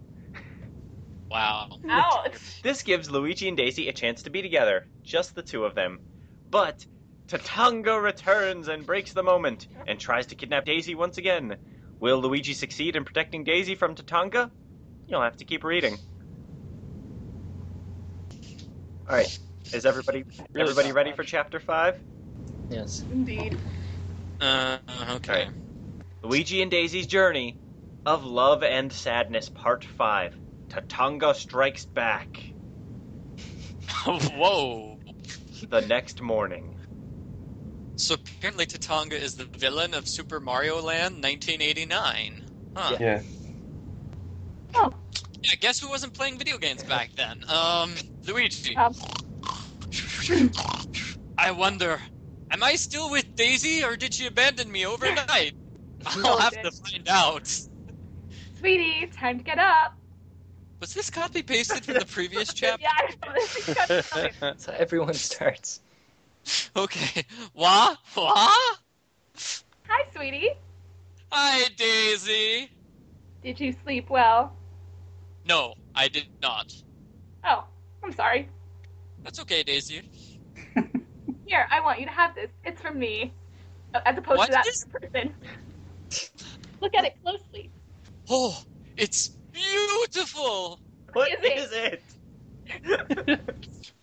Speaker 2: Wow.
Speaker 3: Ouch.
Speaker 1: This gives Luigi and Daisy a chance to be together, just the two of them. But Tatango returns and breaks the moment and tries to kidnap Daisy once again. Will Luigi succeed in protecting Daisy from Tatanga? You'll have to keep reading. All right, is everybody everybody ready for chapter five?
Speaker 4: Yes.
Speaker 3: Indeed.
Speaker 2: Uh, okay.
Speaker 1: Luigi and Daisy's Journey of Love and Sadness, Part 5. Tatanga Strikes Back.
Speaker 2: [LAUGHS] Whoa.
Speaker 1: The next morning.
Speaker 2: So apparently Tatanga is the villain of Super Mario Land 1989. Huh.
Speaker 6: Yeah.
Speaker 2: Yeah, guess who wasn't playing video games back then? Um, Luigi.
Speaker 3: Um,
Speaker 2: [LAUGHS] I wonder, am I still with Daisy or did she abandon me
Speaker 3: [LAUGHS]
Speaker 2: overnight? I'll have to find out.
Speaker 3: sweetie, time to get up.
Speaker 2: Was this copy pasted from the previous chapter?
Speaker 3: [LAUGHS] Yeah, I this is
Speaker 2: [LAUGHS]
Speaker 3: gotta
Speaker 5: [LAUGHS]
Speaker 3: come.
Speaker 4: That's how everyone starts.
Speaker 2: Okay. Wah? Wah?
Speaker 3: Hi, sweetie.
Speaker 2: Hi, Daisy.
Speaker 3: Did you sleep well?
Speaker 2: No, I did not.
Speaker 3: Oh, I'm sorry.
Speaker 2: That's okay, Daisy.
Speaker 3: Here, I want you to have this. It's from me. Oh, As opposed
Speaker 2: What
Speaker 3: to that
Speaker 2: is-
Speaker 3: other person. Look at it closely.
Speaker 2: Oh, it's beautiful.
Speaker 1: What
Speaker 3: Is it?
Speaker 1: is it?
Speaker 3: Thanks.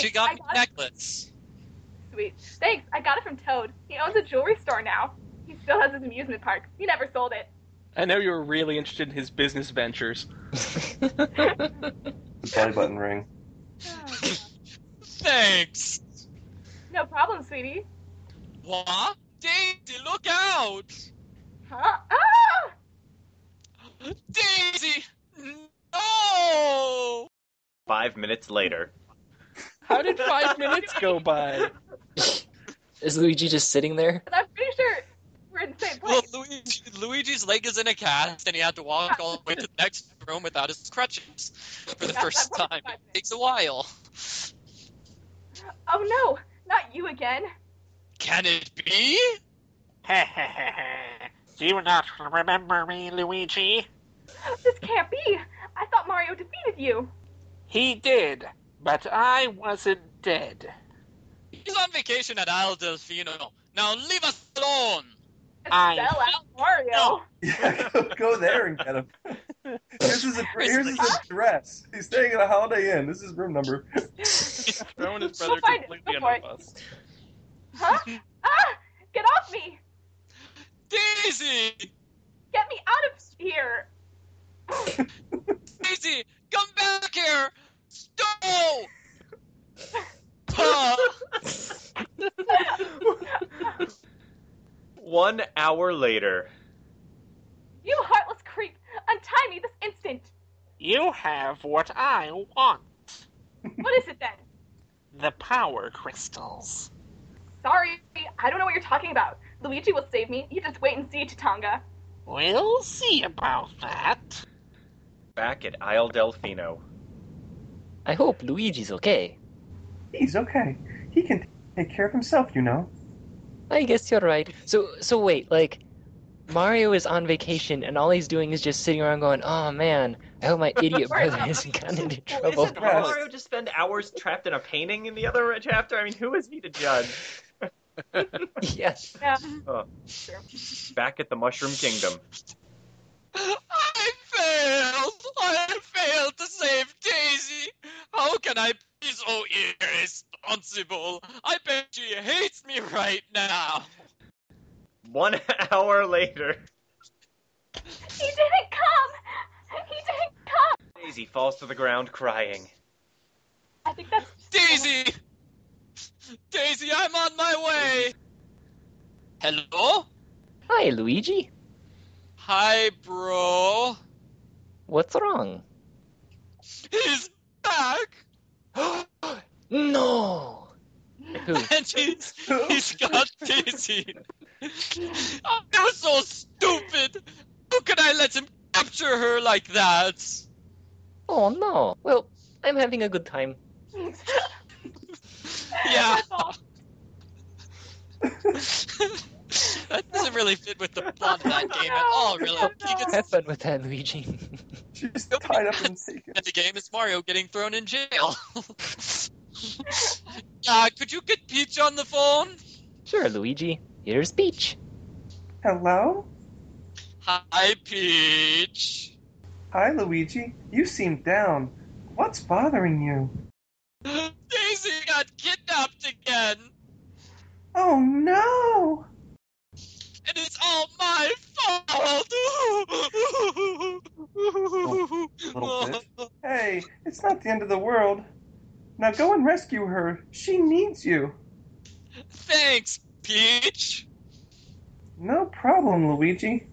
Speaker 2: She got
Speaker 3: I
Speaker 2: me
Speaker 3: got
Speaker 2: a necklace.
Speaker 3: It. Sweet. Thanks. I got it from Toad. He owns a jewelry store now. He still has his amusement park. He never sold it. [SIGHS]
Speaker 5: I know you were really interested in his business ventures.
Speaker 4: [LAUGHS]
Speaker 6: The belly button ring.
Speaker 2: Thanks.
Speaker 3: no problem, sweetie.
Speaker 2: Wah? Daisy, look out!
Speaker 3: Huh? Ah!
Speaker 2: Daisy! No!
Speaker 1: Five minutes later.
Speaker 5: How did
Speaker 3: [LAUGHS]
Speaker 5: five minutes go by?
Speaker 4: Is Luigi just sitting there?
Speaker 3: But I'm pretty sure we're in the same
Speaker 2: Well,
Speaker 3: place.
Speaker 2: Luigi, Luigi's leg is in a cast, and he had to walk all the way to the next room without his crutches for the
Speaker 3: That's
Speaker 2: first
Speaker 3: not
Speaker 2: time.
Speaker 3: five
Speaker 2: It takes a while.
Speaker 3: Oh no, not you again.
Speaker 2: Can it be?
Speaker 7: Do you not remember me, Luigi?
Speaker 3: This can't be. I thought Mario defeated you.
Speaker 7: He did, but I wasn't dead.
Speaker 2: He's on vacation at Isle Delfino. Now leave us alone!
Speaker 7: I-
Speaker 3: Sell out Mario.
Speaker 2: No.
Speaker 6: Yeah, go, go there and get him. Here's his, ad- here's his address. He's staying at a Holiday Inn. This is room number.
Speaker 5: Throwing his
Speaker 3: Go
Speaker 5: brother
Speaker 3: find it.
Speaker 5: completely
Speaker 3: Go
Speaker 5: under
Speaker 3: for
Speaker 5: the bus.
Speaker 2: [LAUGHS]
Speaker 3: Huh? ah! Get off me!
Speaker 2: Daisy!
Speaker 3: Get me out of
Speaker 2: [LAUGHS]
Speaker 3: here!
Speaker 2: Daisy! Come back here! No! Puh.
Speaker 1: One hour later.
Speaker 3: You heartless creep! Untie me this instant!
Speaker 7: You have what I want
Speaker 3: What is it then?
Speaker 7: the power crystals.
Speaker 3: Sorry, I don't know what you're talking about. Luigi will save me. You just wait and see, Tatanga.
Speaker 7: We'll see about that.
Speaker 1: Back at Isle Delfino.
Speaker 4: I hope Luigi's okay.
Speaker 6: He's okay. He can take care of himself, you know.
Speaker 4: I guess you're right. So, so wait, like, Mario is on vacation and all he's doing is just sitting around going, "Oh man, I hope my idiot
Speaker 3: Right.
Speaker 4: brother hasn't gotten into
Speaker 1: Well,
Speaker 4: [LAUGHS] trouble."
Speaker 1: isn't Mario just spend hours trapped in a painting in the other chapter? I mean, who is he to judge?
Speaker 4: yes.
Speaker 3: Yeah.
Speaker 1: Back at the Mushroom Kingdom.
Speaker 2: I failed! I failed to save Daisy! How can I be so irresponsible? I bet she hates me right now!
Speaker 1: One [LAUGHS] hour later.
Speaker 3: He didn't come! He didn't come!
Speaker 1: Daisy falls to the ground crying.
Speaker 3: I think that's. [LAUGHS]
Speaker 2: Daisy! Daisy, I'm on my way! Hello?
Speaker 4: Hi, Luigi.
Speaker 2: Hi, bro.
Speaker 4: What's wrong? [GASPS]
Speaker 2: He's back!
Speaker 4: No. Who?
Speaker 2: [LAUGHS] And he's, he's got [LAUGHS] Daisy. I was so stupid! How could I let him capture her like that?
Speaker 4: Oh no. Well, I'm having a good time.
Speaker 2: Yeah. [LAUGHS]
Speaker 3: That's all.
Speaker 2: that doesn't really fit with the plot of that game at all, really. He gets
Speaker 4: Have fun with that, Luigi. [LAUGHS]
Speaker 6: She's tied up and taken.
Speaker 2: at the game is Mario getting thrown in jail. [LAUGHS] uh, could you get Peach on the phone?
Speaker 4: sure, Luigi. Here's Peach.
Speaker 6: Hello?
Speaker 2: Hi, Peach. [GASPS]
Speaker 6: Hi, Luigi. You seem down. What's bothering you?
Speaker 2: Daisy got kidnapped again,
Speaker 6: Oh no!
Speaker 2: and it's all my fault. [LAUGHS]
Speaker 6: Little Hey, it's not the end of the world. Now go and rescue her. She needs you.
Speaker 2: Thanks, Peach.
Speaker 6: No problem, Luigi.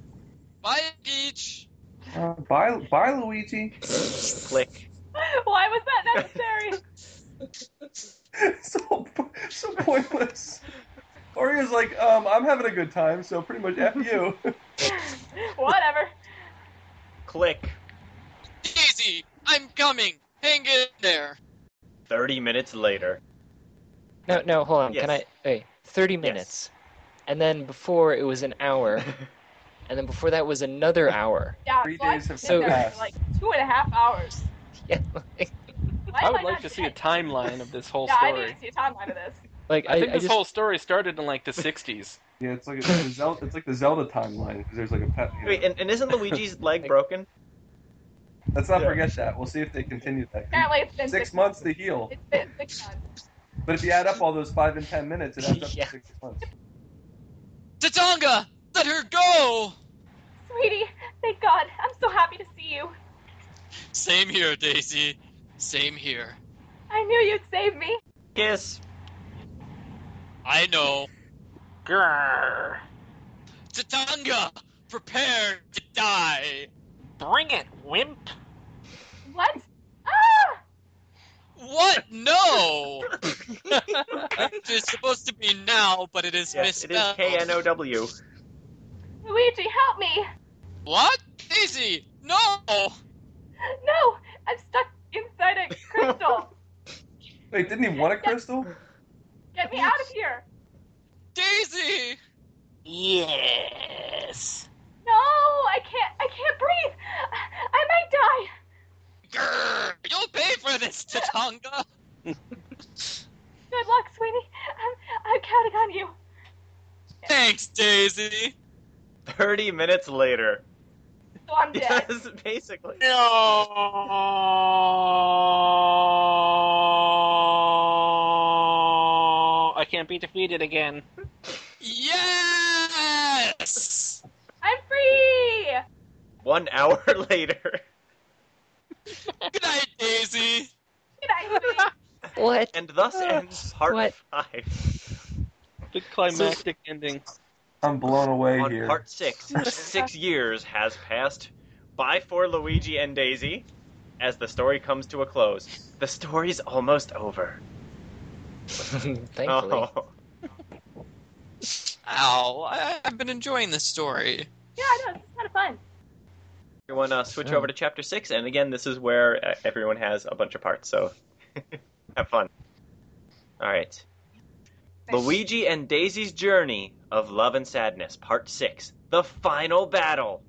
Speaker 2: Bye, Peach.
Speaker 6: Uh, bye, bye, Luigi.
Speaker 1: Click.
Speaker 3: Why was that necessary?
Speaker 6: [LAUGHS] so, so pointless. Oreo's like, um, I'm having a good time, so pretty much F you.
Speaker 3: [LAUGHS] Whatever.
Speaker 1: Click.
Speaker 2: Daisy, I'm coming. Hang in there.
Speaker 1: 30 minutes later.
Speaker 4: No, no, hold on.
Speaker 1: Yes.
Speaker 4: Can I? Wait, 30 minutes. And then before it was an
Speaker 5: [LAUGHS]
Speaker 4: hour. and then before that was another hour.
Speaker 3: Yeah,
Speaker 6: Three
Speaker 3: so I've
Speaker 6: days have
Speaker 3: been there
Speaker 6: passed.
Speaker 3: for like two and a half hours.
Speaker 4: Yeah. like-
Speaker 3: Why
Speaker 5: I
Speaker 3: am
Speaker 5: would
Speaker 3: not
Speaker 5: like
Speaker 3: [LAUGHS]
Speaker 5: to see a
Speaker 3: dead?
Speaker 5: timeline of this whole
Speaker 3: Yeah, I need
Speaker 5: story.
Speaker 3: to see a timeline of this.
Speaker 4: Like
Speaker 5: I think this
Speaker 4: just,
Speaker 5: whole story started in like the
Speaker 8: [LAUGHS]
Speaker 5: 60s.
Speaker 6: Yeah, it's like a, Zelda, it's like the Zelda timeline because there's like a pet. you know.
Speaker 1: Wait, and, and isn't Luigi's leg broken?
Speaker 6: Let's not
Speaker 1: Yeah.
Speaker 6: forget that. We'll see if they continue that.
Speaker 3: Apparently, it's been
Speaker 6: Six months to heal,
Speaker 3: It's been six months.
Speaker 6: but if you add up all those five and ten minutes, it adds up
Speaker 4: Yeah.
Speaker 6: to six months.
Speaker 2: Tatonga, let her go.
Speaker 3: Sweetie, thank God. I'm so happy to see you.
Speaker 2: Same here, Daisy. Same here.
Speaker 3: I knew you'd save me.
Speaker 1: Kiss.
Speaker 2: I know.
Speaker 8: Grrr.
Speaker 2: Tatanga, prepare to die.
Speaker 8: Bring it, wimp.
Speaker 3: What? Ah!
Speaker 2: What? No! it is supposed to be now, but it is
Speaker 1: Yes, it is
Speaker 2: misspelled.
Speaker 1: K N O W.
Speaker 3: Luigi, help me.
Speaker 2: What? Daisy! No!
Speaker 3: No, I'm stuck inside a crystal.
Speaker 6: [LAUGHS] Wait, didn't he want a crystal?
Speaker 3: Get me out of here.
Speaker 2: Daisy!
Speaker 8: Yes.
Speaker 3: No, I can't. I can't breathe. I might die.
Speaker 2: Grr, you'll pay for this, Tatanga!
Speaker 3: Good luck, Sweeney. I'm, I'm counting on you.
Speaker 2: Thanks, Daisy!
Speaker 1: 30 minutes [LAUGHS] later.
Speaker 3: So I'm dead.
Speaker 1: Yes, basically.
Speaker 8: No. I can't be defeated again.
Speaker 2: Yes!
Speaker 3: I'm free.
Speaker 1: One hour [LAUGHS] later.
Speaker 2: Good night, Daisy!
Speaker 3: Good night, Sweeney.
Speaker 4: What?
Speaker 1: And thus ends part
Speaker 4: What?
Speaker 1: 5.
Speaker 5: The climactic ending.
Speaker 6: I'm blown away
Speaker 1: On
Speaker 6: here.
Speaker 1: part 6, six years has passed. Bye for Luigi and Daisy. As the story comes to a close, the story's almost over.
Speaker 4: Thankfully.
Speaker 1: [LAUGHS] Oh,
Speaker 2: Ow, I- I've been enjoying this story.
Speaker 3: Yeah, I know. It's kind of fun.
Speaker 1: everyone, uh, switch
Speaker 4: Sure.
Speaker 1: over to chapter six, and again, this is where uh, everyone has a bunch of parts. So [LAUGHS] have fun. All right. Luigi and Daisy's Journey of Love and Sadness, Part 6, The Final Battle.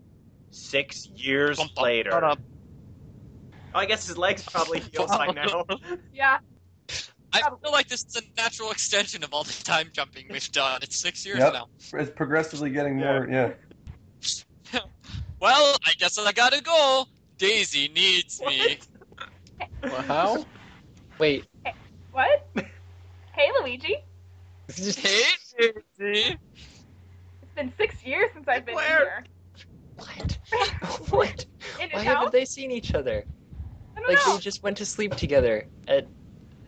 Speaker 1: Six years
Speaker 2: Bum, bum,
Speaker 1: later.
Speaker 2: ba-dum.
Speaker 1: Oh, I guess his legs probably healed by now.
Speaker 3: Yeah.
Speaker 2: I feel like this is a natural extension of all the time jumping we've done. It's six years
Speaker 6: Yep.
Speaker 2: now.
Speaker 6: It's progressively getting more. Yeah.
Speaker 2: Well, I guess I gotta go. Daisy needs me.
Speaker 5: Oh. Wow. [LAUGHS]
Speaker 4: Wait.
Speaker 3: What? hey, Luigi.
Speaker 4: It's just-
Speaker 2: Hey, Daisy.
Speaker 3: It's been six years since I've been
Speaker 1: Where?
Speaker 4: What? [LAUGHS] what?
Speaker 3: here. In
Speaker 4: Why
Speaker 3: and
Speaker 4: haven't
Speaker 3: out.
Speaker 4: they seen each other?
Speaker 3: I don't
Speaker 4: Like
Speaker 3: know.
Speaker 4: they just went to sleep together at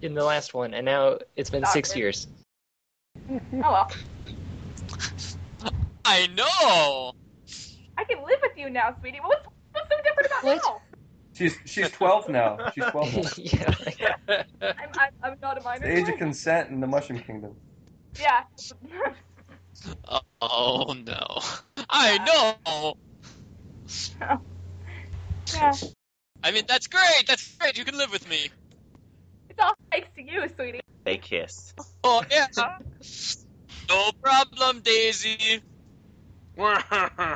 Speaker 4: in the last one, and now it's been six
Speaker 3: Awkward.
Speaker 4: years. [LAUGHS]
Speaker 3: Oh well.
Speaker 2: I know.
Speaker 3: I can live with you now, sweetie. What's what's so different about
Speaker 4: What?
Speaker 3: now?
Speaker 6: She's she's 12 now. She's 12.
Speaker 4: [LAUGHS]
Speaker 6: Now.
Speaker 4: yeah. like,
Speaker 3: I'm I'm, I'm not a minor.
Speaker 6: The age of
Speaker 3: child.
Speaker 6: consent in the Mushroom Kingdom. [LAUGHS]
Speaker 3: Yeah. [LAUGHS]
Speaker 2: Oh no. I know.
Speaker 3: yeah.
Speaker 2: I mean, that's great. That's great. You can live with me.
Speaker 3: It's all thanks to you, sweetie.
Speaker 1: They kiss. [LAUGHS]
Speaker 2: Oh yeah. no problem, Daisy.
Speaker 8: [LAUGHS]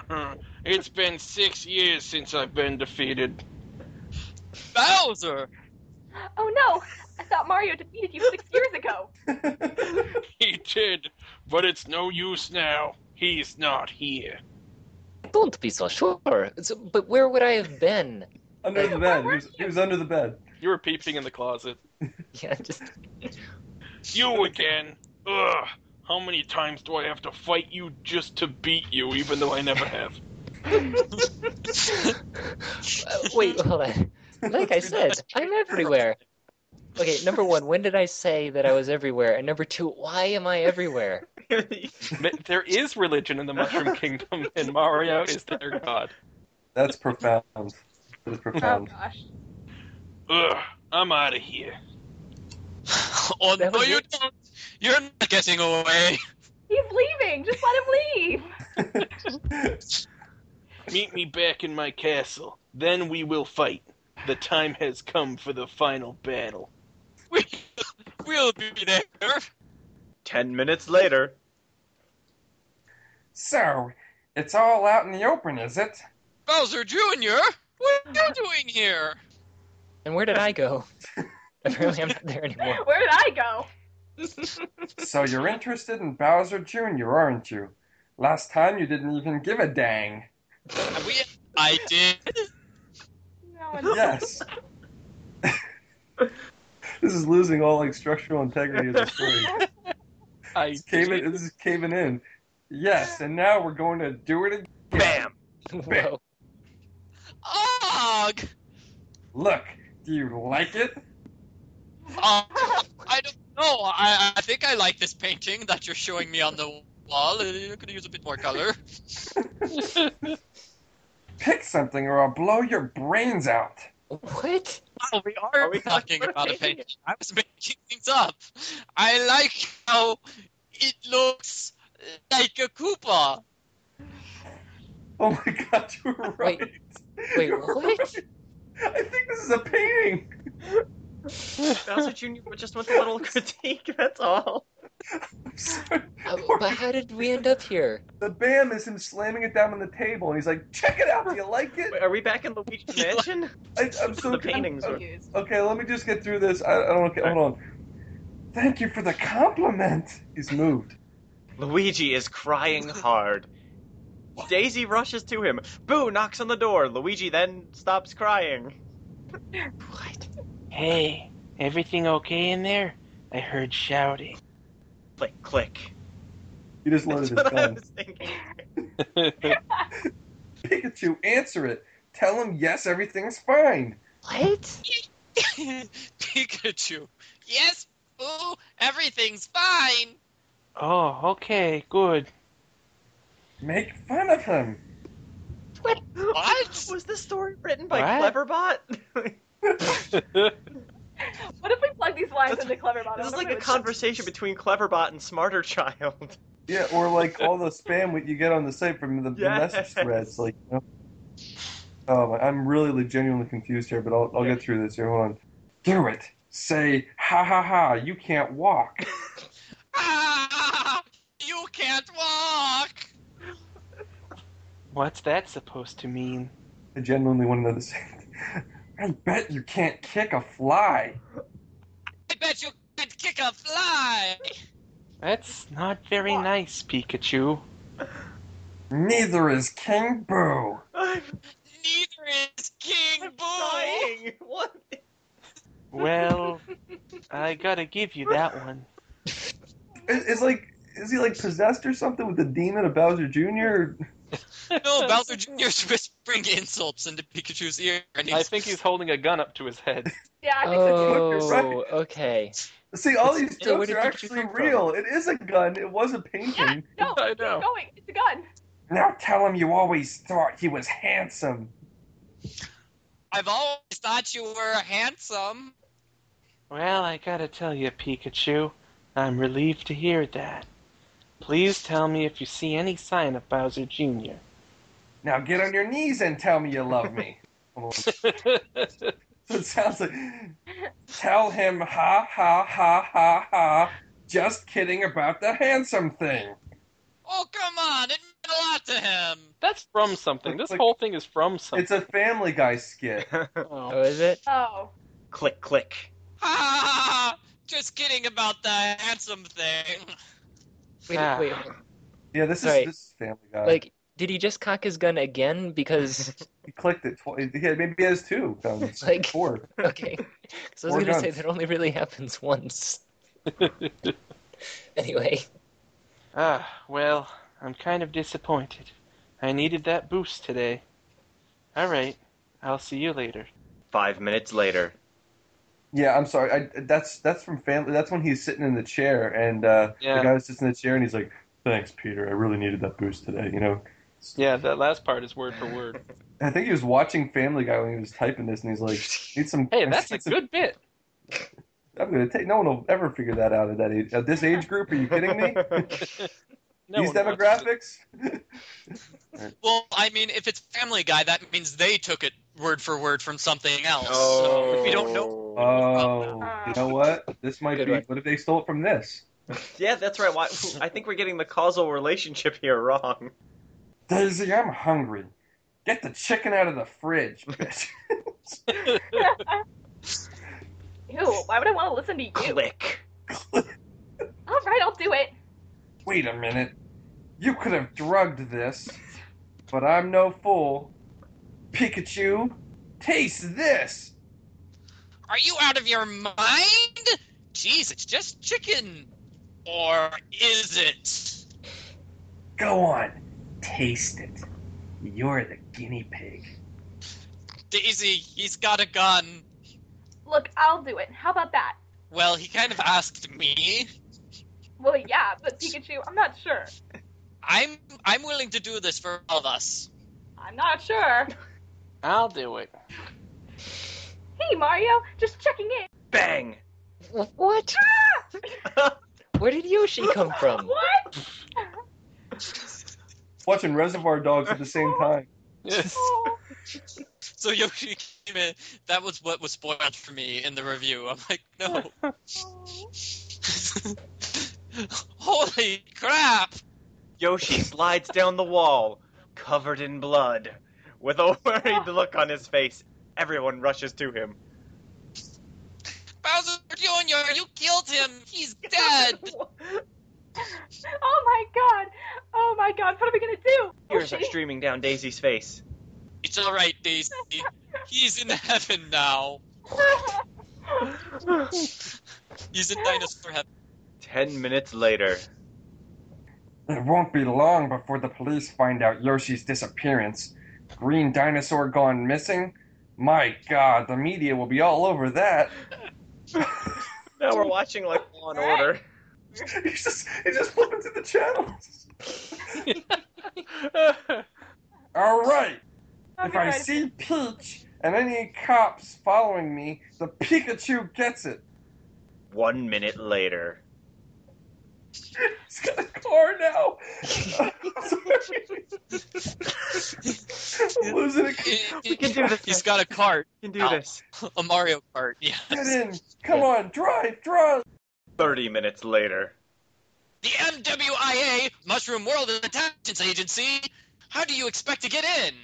Speaker 8: it's been six years since I've been defeated.
Speaker 2: Bowser.
Speaker 3: Oh no! I thought Mario defeated you six years ago.
Speaker 8: He did, but it's no use now. He's not here.
Speaker 4: Don't be so sure. So, but where would I have been? [LAUGHS]
Speaker 6: under the bed. He was, he was under the bed.
Speaker 5: You were peeping in the closet.
Speaker 4: Yeah, just
Speaker 8: You again. Ugh. How many times do I have to fight you just to beat you, even though I
Speaker 5: [LAUGHS]
Speaker 8: never have?
Speaker 4: uh, wait, [LAUGHS] hold on. Like I said, I'm everywhere. Okay, number one, when did I say that I was everywhere? And number two, why am I everywhere?
Speaker 5: Ma- There is religion in the
Speaker 8: [LAUGHS]
Speaker 5: Mushroom Kingdom, and Mario is their god.
Speaker 6: That's profound. That's
Speaker 3: Oh
Speaker 6: profound.
Speaker 3: gosh.
Speaker 8: Ugh. I'm out of here.
Speaker 2: [LAUGHS] Oh
Speaker 4: That
Speaker 2: no,
Speaker 4: was
Speaker 2: you
Speaker 4: it?
Speaker 2: don't. You're not getting away. [LAUGHS]
Speaker 3: He's leaving. Just let him leave.
Speaker 8: Meet me back in my castle. Then we will fight. The time has come for the final battle.
Speaker 2: We, we'll be there.
Speaker 1: Ten minutes [LAUGHS] later,
Speaker 6: so, it's all out in the open, is it?
Speaker 2: Bowser Jr. What are you doing here?
Speaker 4: And where did I go? [LAUGHS] Apparently, I'm not there anymore.
Speaker 3: [LAUGHS]
Speaker 4: [LAUGHS]
Speaker 3: Where did I go?
Speaker 6: So you're interested in Bowser Jr., aren't you? Last time you didn't even give a dang.
Speaker 2: Have we, I did.
Speaker 3: No one.
Speaker 6: Yes. this is losing all like structural integrity of the [LAUGHS] story.
Speaker 5: I
Speaker 6: It's caving, this is caving in. Yes, and now we're going to do it again.
Speaker 1: bam!
Speaker 4: Whoa.
Speaker 2: Ugh.
Speaker 6: Look, do you like it?
Speaker 2: Uh, I don't know. I, I think I like this painting that you're showing me on the wall. I could use a bit more color.
Speaker 6: Pick something or I'll blow your brains out.
Speaker 4: What?
Speaker 2: Oh, we are,
Speaker 1: we
Speaker 2: talking about a painting. I was making things up. I like how it looks like a Koopa. [LAUGHS]
Speaker 6: Oh my god, [LAUGHS] you were right.
Speaker 4: Wait. Wait,
Speaker 6: You were
Speaker 4: what?
Speaker 6: right. I think this is a painting.
Speaker 1: Bowser Jr. just wants a little critique. That's all.
Speaker 6: I'm sorry.
Speaker 4: Uh, but how did we end up here?
Speaker 6: The bam is him slamming it down on the table, and he's like, "Check it out. Do you like it?"
Speaker 1: Wait, are we back in [LAUGHS] Luigi's Mansion?
Speaker 6: I, I'm so
Speaker 1: The
Speaker 6: con-
Speaker 1: paintings are-
Speaker 3: Confused.
Speaker 6: Okay, let me just get through this. I, I don't. Okay, hold on. Thank you for the compliment. He's moved.
Speaker 1: Luigi is crying hard. Daisy rushes to him. Boo knocks on the door. Luigi then stops crying.
Speaker 7: Hey, everything okay in there? I
Speaker 5: [LAUGHS]
Speaker 7: heard shouting.
Speaker 1: Click, click.
Speaker 6: He just
Speaker 1: That's
Speaker 6: loaded his
Speaker 1: what I
Speaker 6: gun.
Speaker 1: was thinking.
Speaker 6: Pikachu, answer it. Tell him yes, everything's fine.
Speaker 4: What?
Speaker 2: Pikachu. Yes, boo. Everything's fine.
Speaker 7: Oh, okay, good.
Speaker 6: Make fun of him.
Speaker 2: What?
Speaker 1: [LAUGHS] Was this story written by
Speaker 7: What?
Speaker 1: Cleverbot? [LAUGHS] this
Speaker 3: What if we plug these lines
Speaker 1: That's-
Speaker 3: into Cleverbot?
Speaker 1: is like a conversation between Cleverbot and Smarter Child. [LAUGHS]
Speaker 6: Yeah, or like all the spam what you get on the site from the, the
Speaker 1: Yes.
Speaker 6: message threads. Like, you know. oh, my- I'm really genuinely confused here, but I'll, I'll get through this. Here, hold on. Do it. Say ha ha ha. You can't walk.
Speaker 2: Ah, you can't walk.
Speaker 7: What's that supposed to mean?
Speaker 6: I genuinely want to know the same. thing. [LAUGHS] I bet you can't kick a fly.
Speaker 2: I bet you can't kick a fly.
Speaker 7: That's not very nice, Pikachu.
Speaker 6: Neither is King Boo.
Speaker 1: I'm
Speaker 2: Neither is King Boo.
Speaker 1: dying. What?
Speaker 7: Well, I gotta give you that one.
Speaker 6: Is, is like is he like possessed or something with the demon of Bowser Jr.?
Speaker 2: No, Bowser Jr.'s [LAUGHS] whispering insults into Pikachu's ear, and he's
Speaker 5: I think he's holding a gun up to his head.
Speaker 3: Yeah, I think so too.
Speaker 6: you're right.
Speaker 4: Oh, okay.
Speaker 6: See, all these
Speaker 4: Yeah, where
Speaker 6: jokes
Speaker 4: did
Speaker 6: are
Speaker 4: Pikachu
Speaker 6: actually
Speaker 4: come from?
Speaker 6: real. It is a gun. It was a painting.
Speaker 3: Yeah, no,
Speaker 5: [LAUGHS] I
Speaker 3: keep
Speaker 5: know.
Speaker 3: going. It's a gun.
Speaker 6: Now tell him you always thought he was handsome.
Speaker 2: I've always thought you were handsome.
Speaker 7: Well, I gotta tell you, Pikachu, I'm relieved to hear that. Please tell me if you see any sign of Bowser Jr.
Speaker 6: Now
Speaker 4: [LAUGHS]
Speaker 6: get on your knees and tell me you love me. Hold on. so it sounds like Tell him, ha ha ha ha ha. Just kidding about the handsome thing.
Speaker 2: Oh, come on. It meant a lot to him.
Speaker 5: That's from something. This
Speaker 6: It's like-
Speaker 5: whole thing is from something.
Speaker 6: It's a Family Guy skit.
Speaker 4: Oh, is it?
Speaker 3: Oh.
Speaker 1: click, click.
Speaker 2: Ah, just kidding about the handsome thing. [LAUGHS]
Speaker 4: Wait,
Speaker 5: Ah.
Speaker 4: wait.
Speaker 6: Yeah, this is
Speaker 4: Right.
Speaker 6: this is Family Guy.
Speaker 4: Like, did he just cock his gun again? Because
Speaker 6: he clicked it twice. Yeah, maybe he has two.
Speaker 4: [LAUGHS]
Speaker 6: guns.
Speaker 4: Like-
Speaker 6: four.
Speaker 4: okay, so I
Speaker 6: Or
Speaker 4: was gonna say
Speaker 6: guns.
Speaker 4: that only really happens once. anyway,
Speaker 5: ah,
Speaker 7: Well, I'm kind of disappointed. I needed that boost today. All right, I'll see you later.
Speaker 1: Five minutes later.
Speaker 6: Yeah, I'm sorry. I, that's that's from Family. That's when he's sitting in the chair, and uh,
Speaker 5: Yeah.
Speaker 6: the guy was sitting in the chair, and he's like, "Thanks, Peter. I really needed that boost today." You know,
Speaker 5: yeah, that last part is word for
Speaker 7: [LAUGHS]
Speaker 5: word.
Speaker 6: I think he was watching Family Guy when he was typing this, and he's
Speaker 5: [LAUGHS]
Speaker 6: like, "Need some."
Speaker 5: Hey, that's a
Speaker 6: need some-
Speaker 5: good bit.
Speaker 6: [LAUGHS] I'm gonna take. No one will ever figure that out at that age. At this age group, are you kidding
Speaker 5: [LAUGHS]
Speaker 6: me?
Speaker 1: [LAUGHS]
Speaker 5: No
Speaker 6: These
Speaker 5: one watches it.
Speaker 6: demographics.
Speaker 2: Well, I mean, if it's Family Guy, that means they took it word for word from something else. So we don't know.
Speaker 6: Oh, you know what? This might
Speaker 4: Good
Speaker 6: be.
Speaker 4: one.
Speaker 6: What if they stole it from this?
Speaker 1: Yeah, that's right. Why, [LAUGHS] I think we're getting the causal relationship here wrong.
Speaker 6: Daisy, I'm hungry. Get the chicken out of the
Speaker 5: [LAUGHS]
Speaker 6: fridge, bitch.
Speaker 3: Ew, why would I want to listen to you?
Speaker 1: Click.
Speaker 3: All right, I'll do it.
Speaker 6: Wait a minute. You could have drugged this, but I'm no fool. Pikachu, taste this.
Speaker 2: Are you out of your mind? Jeez, it's just chicken. Or is it?
Speaker 6: Go on, taste it. You're the guinea pig.
Speaker 2: Daisy, he's got a gun.
Speaker 3: Look, I'll do it. How about that?
Speaker 2: Well, he kind of asked me.
Speaker 3: Well, yeah, but Pikachu, I'm not sure.
Speaker 2: I'm I'm willing to do this for all of us.
Speaker 3: I'm not sure.
Speaker 5: I'll do it.
Speaker 3: Hey, Mario, just checking in.
Speaker 1: Bang.
Speaker 4: what? Where did Yoshi come from?
Speaker 3: What?
Speaker 6: Watching Reservoir Dogs at the same time.
Speaker 5: Yes.
Speaker 3: Oh, [LAUGHS]
Speaker 2: So [LAUGHS] Yoshi came in. That was what was spoiled for me in the review. I'm like, no.
Speaker 3: oh.
Speaker 2: Holy crap!
Speaker 1: [LAUGHS] Yoshi slides down the wall, covered in blood, with a [LAUGHS] worried look on his face. Everyone rushes to him.
Speaker 2: Bowser Jr., you killed him! He's dead!
Speaker 3: Oh my god. Oh my god. What are we gonna do?
Speaker 1: Tears are
Speaker 3: [LAUGHS] Yoshi?
Speaker 1: streaming down Daisy's face.
Speaker 2: It's alright, Daisy. He's in heaven now. He's in dinosaur heaven.
Speaker 1: Ten minutes later.
Speaker 6: It won't be long before the police find out Yoshi's disappearance. Green dinosaur gone missing? My god, the media will be all over that.
Speaker 1: Now we're watching like Law and Order.
Speaker 6: he's [LAUGHS] just he's just flipping through the channels. Alright. If I
Speaker 3: Copyright.
Speaker 6: see Peach and any cops following me, the Pikachu gets it.
Speaker 1: One minute later.
Speaker 6: He's got a car now. I'm losing it.
Speaker 1: [LAUGHS] We can do this.
Speaker 2: He's got a cart,
Speaker 1: We can do
Speaker 2: Ow.
Speaker 1: this.
Speaker 2: a Mario cart. Yeah.
Speaker 1: [LAUGHS]
Speaker 6: Get in. Come on, drive, drive.
Speaker 1: Thirty minutes later.
Speaker 2: The MWIA, Mushroom World Intelligence Agency. How do you expect to get in?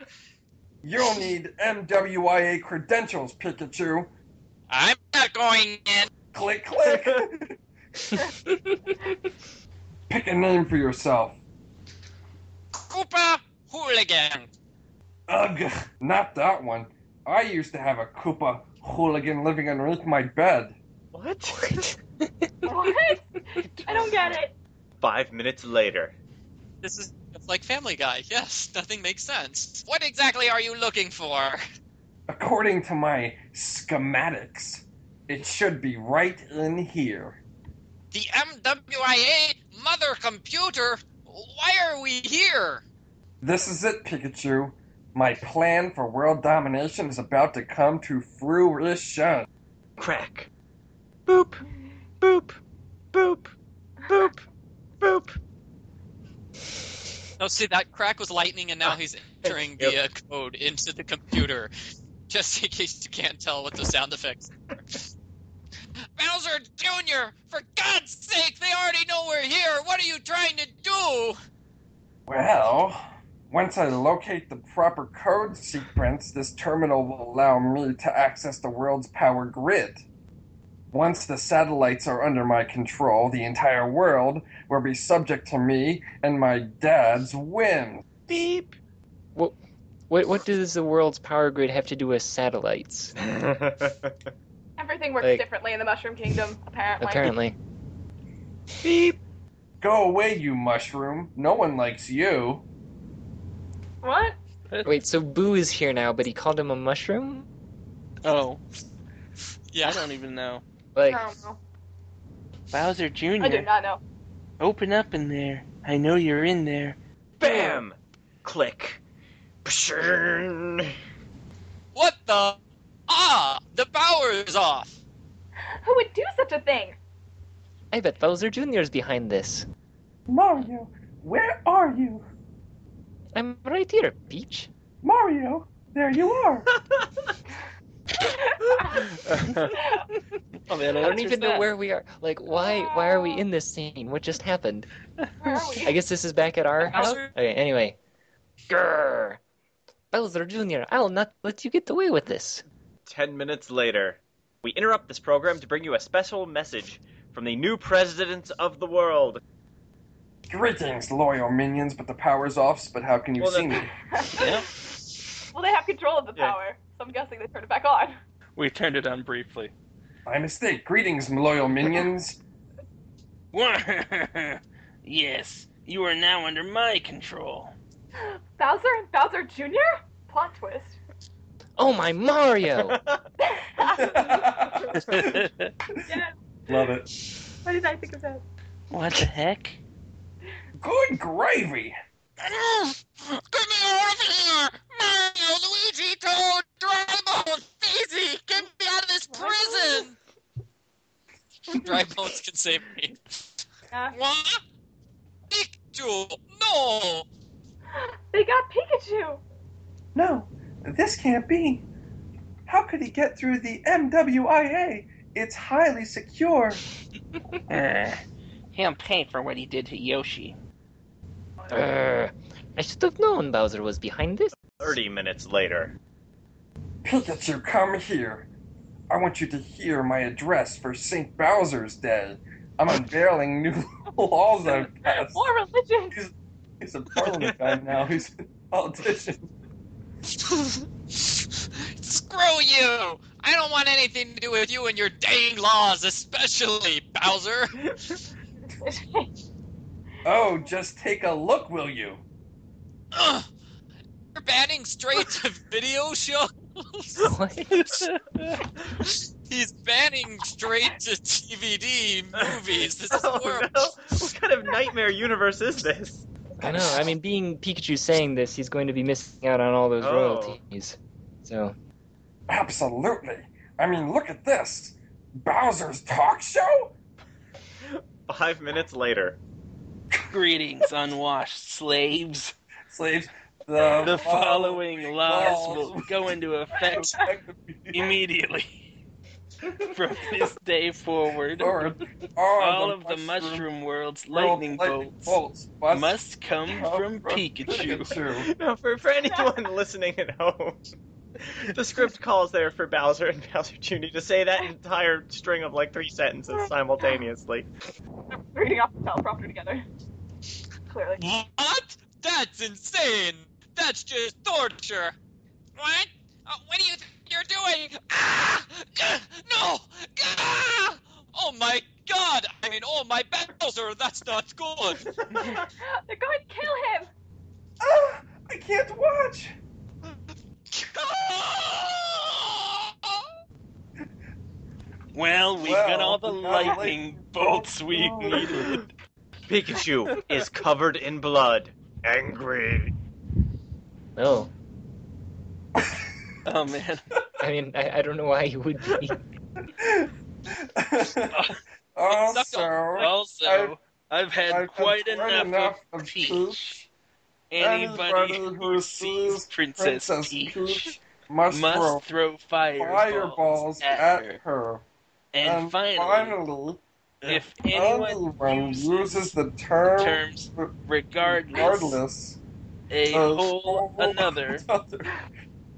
Speaker 6: You'll need MWIA credentials, Pikachu.
Speaker 2: I'm not going in.
Speaker 6: Click, click. Pick a name for yourself.
Speaker 2: Koopa Hooligan.
Speaker 6: Ugh, not that one. I used to have a Koopa hooligan living underneath my bed.
Speaker 1: What?
Speaker 3: What? I don't get it.
Speaker 1: Five minutes later.
Speaker 2: This is like Family Guy. Yes, nothing makes sense. What exactly are you looking for?
Speaker 6: According to my schematics, it should be right in here.
Speaker 2: The MWIA, Mother Computer. Why are we here?
Speaker 6: This is it, Pikachu. My plan for world domination is about to come to fruition.
Speaker 1: [LAUGHS] Crack. Boop. Boop. Boop. Boop. Boop.
Speaker 2: No, Oh, see that crack was lightning, and now he's entering the uh, [LAUGHS] code into the computer. Just in case you can't tell what the sound effects. Bowser Jr., for God's sake, they already know we're here. What are you trying to do?
Speaker 6: Well, once I locate the proper code sequence, this terminal will allow me to access the world's power grid. Once the satellites are under my control, the entire world will be subject to me and my dad's whims.
Speaker 1: Beep.
Speaker 4: What what does the world's power grid have to do with satellites?
Speaker 3: Everything works
Speaker 4: Like-
Speaker 3: differently in the Mushroom Kingdom, apparently.
Speaker 4: Apparently,
Speaker 1: Beep.
Speaker 6: Go away, you mushroom. No one likes you.
Speaker 3: What?
Speaker 4: wait. So Boo is here now, but he called him a mushroom.
Speaker 5: [LAUGHS] Oh,
Speaker 2: Yeah.
Speaker 5: I don't even know.
Speaker 4: Like
Speaker 3: I don't know.
Speaker 7: Bowser
Speaker 3: I do
Speaker 7: Jr.,
Speaker 3: not know.
Speaker 7: open up in there. I know you're in there.
Speaker 1: Bam! Click. Pshurn.
Speaker 2: What the? Ah, the power is off.
Speaker 3: Who would do such a thing?
Speaker 4: I bet Bowser Jr. is behind this.
Speaker 6: Mario, where are you?
Speaker 4: I'm right here, Peach.
Speaker 6: Mario, there you [LAUGHS] are.
Speaker 5: Oh man,
Speaker 4: I don't even know where we are. Like, why why are we in this scene? What just happened?
Speaker 3: Where are we?
Speaker 4: I guess this is back at our house.
Speaker 2: Bowser-
Speaker 4: Okay. Anyway, Grr. Bowser Jr. I'll not let you get away with this.
Speaker 1: Ten minutes later, we interrupt this program to bring you a special message from the new president of the world.
Speaker 6: Greetings, loyal minions, but the power's off, but how can you
Speaker 1: Well,
Speaker 6: see me?
Speaker 1: that-
Speaker 3: well, they have control of the
Speaker 1: Yeah.
Speaker 3: power, so I'm guessing they turned it back on.
Speaker 5: We turned it on briefly.
Speaker 6: My mistake. Greetings, loyal minions.
Speaker 7: [LAUGHS] yes, you are now under my control.
Speaker 3: Bowser and Bowser Jr. Plot twist. [LAUGHS]
Speaker 4: Oh my Mario!
Speaker 3: Yeah.
Speaker 6: Love it.
Speaker 3: What did I think of that?
Speaker 7: What the heck?
Speaker 6: Good gravy.
Speaker 2: Move! Get me out of here! Mario, Luigi, Toad, Drybones, Daisy, get me out of this prison! Drybones can save me.
Speaker 3: Yeah.
Speaker 2: What? Pikachu! No! [LAUGHS]
Speaker 3: They got Pikachu.
Speaker 6: No, this can't be. How could he get through the MWIA? It's highly secure.
Speaker 7: Uh, he'll pay for what he did to Yoshi.
Speaker 4: Grr. Uh, I should have known Bowser was behind this. [LAUGHS]
Speaker 1: Thirty minutes later.
Speaker 6: Pikachu, come here. I want you to hear my address for St. Bowser's Day. I'm unveiling new [LAUGHS] laws I've passed.
Speaker 3: More religion. [LAUGHS]
Speaker 6: He's a parliament guy now. He's a politician.
Speaker 2: Screw you! I don't want anything to do with you and your dang laws, especially Bowser!
Speaker 6: Oh, just take a look, will you?
Speaker 2: Ugh. You're banning
Speaker 1: [LAUGHS]
Speaker 2: straight to video shows?
Speaker 4: What?
Speaker 2: He's banning straight to DVD movies. This is
Speaker 1: [LAUGHS] Oh
Speaker 2: horrible.
Speaker 1: no! What kind of nightmare universe is this?
Speaker 4: I know. I mean, being Pikachu saying this, he's going to be missing out on all those
Speaker 1: Oh.
Speaker 4: royalties. So
Speaker 6: Absolutely. I mean, look at this. Bowser's talk show?
Speaker 1: Five minutes later.
Speaker 7: Greetings, unwashed slaves.
Speaker 6: Slaves, the,
Speaker 7: The following laws
Speaker 6: laws.
Speaker 7: will go into effect immediately. From this day forward, [LAUGHS]
Speaker 6: Forward,
Speaker 7: all of the mushroom world's lightning bolts
Speaker 6: must
Speaker 7: must come
Speaker 6: come
Speaker 7: from Pikachu.
Speaker 6: Pikachu.
Speaker 1: No, for, for anyone listening at home, the script calls there for Bowser and Bowser Jr. to say that entire string of like three sentences simultaneously.
Speaker 3: Reading off the teleprompter together. Clearly.
Speaker 2: What? That's insane! That's just torture! What? Uh, what are you you're doing? Ah! [SIGHS] Gah! No! Ah! Oh my god! I mean, oh my Bowser, that's not
Speaker 1: [LAUGHS]
Speaker 2: good!
Speaker 3: [GASPS] They're going to kill him.
Speaker 6: Ah, I can't
Speaker 7: [LAUGHS]
Speaker 6: watch.
Speaker 7: Well, we've got all the lightning bolts we needed.
Speaker 1: Pikachu is covered in blood. Angry.
Speaker 4: no.
Speaker 5: Oh man,
Speaker 4: I mean, I, I don't know why he would be.
Speaker 6: Oh, also,
Speaker 5: also, I've had
Speaker 6: I've had
Speaker 5: quite
Speaker 6: quite
Speaker 5: enough,
Speaker 6: enough
Speaker 7: of
Speaker 6: of Peach.
Speaker 7: Peach. Anybody who sees Princess,
Speaker 6: Princess
Speaker 7: Peach
Speaker 6: Peach must
Speaker 7: must
Speaker 6: throw
Speaker 7: throw
Speaker 6: fireballs
Speaker 7: fireballs,
Speaker 6: at her.
Speaker 8: And
Speaker 6: And
Speaker 8: finally,
Speaker 6: finally,
Speaker 8: if anyone
Speaker 6: anyone
Speaker 8: uses
Speaker 6: uses the term
Speaker 8: terms regardless,
Speaker 6: regardless
Speaker 8: a
Speaker 6: of
Speaker 8: whole
Speaker 6: all
Speaker 8: another
Speaker 6: other,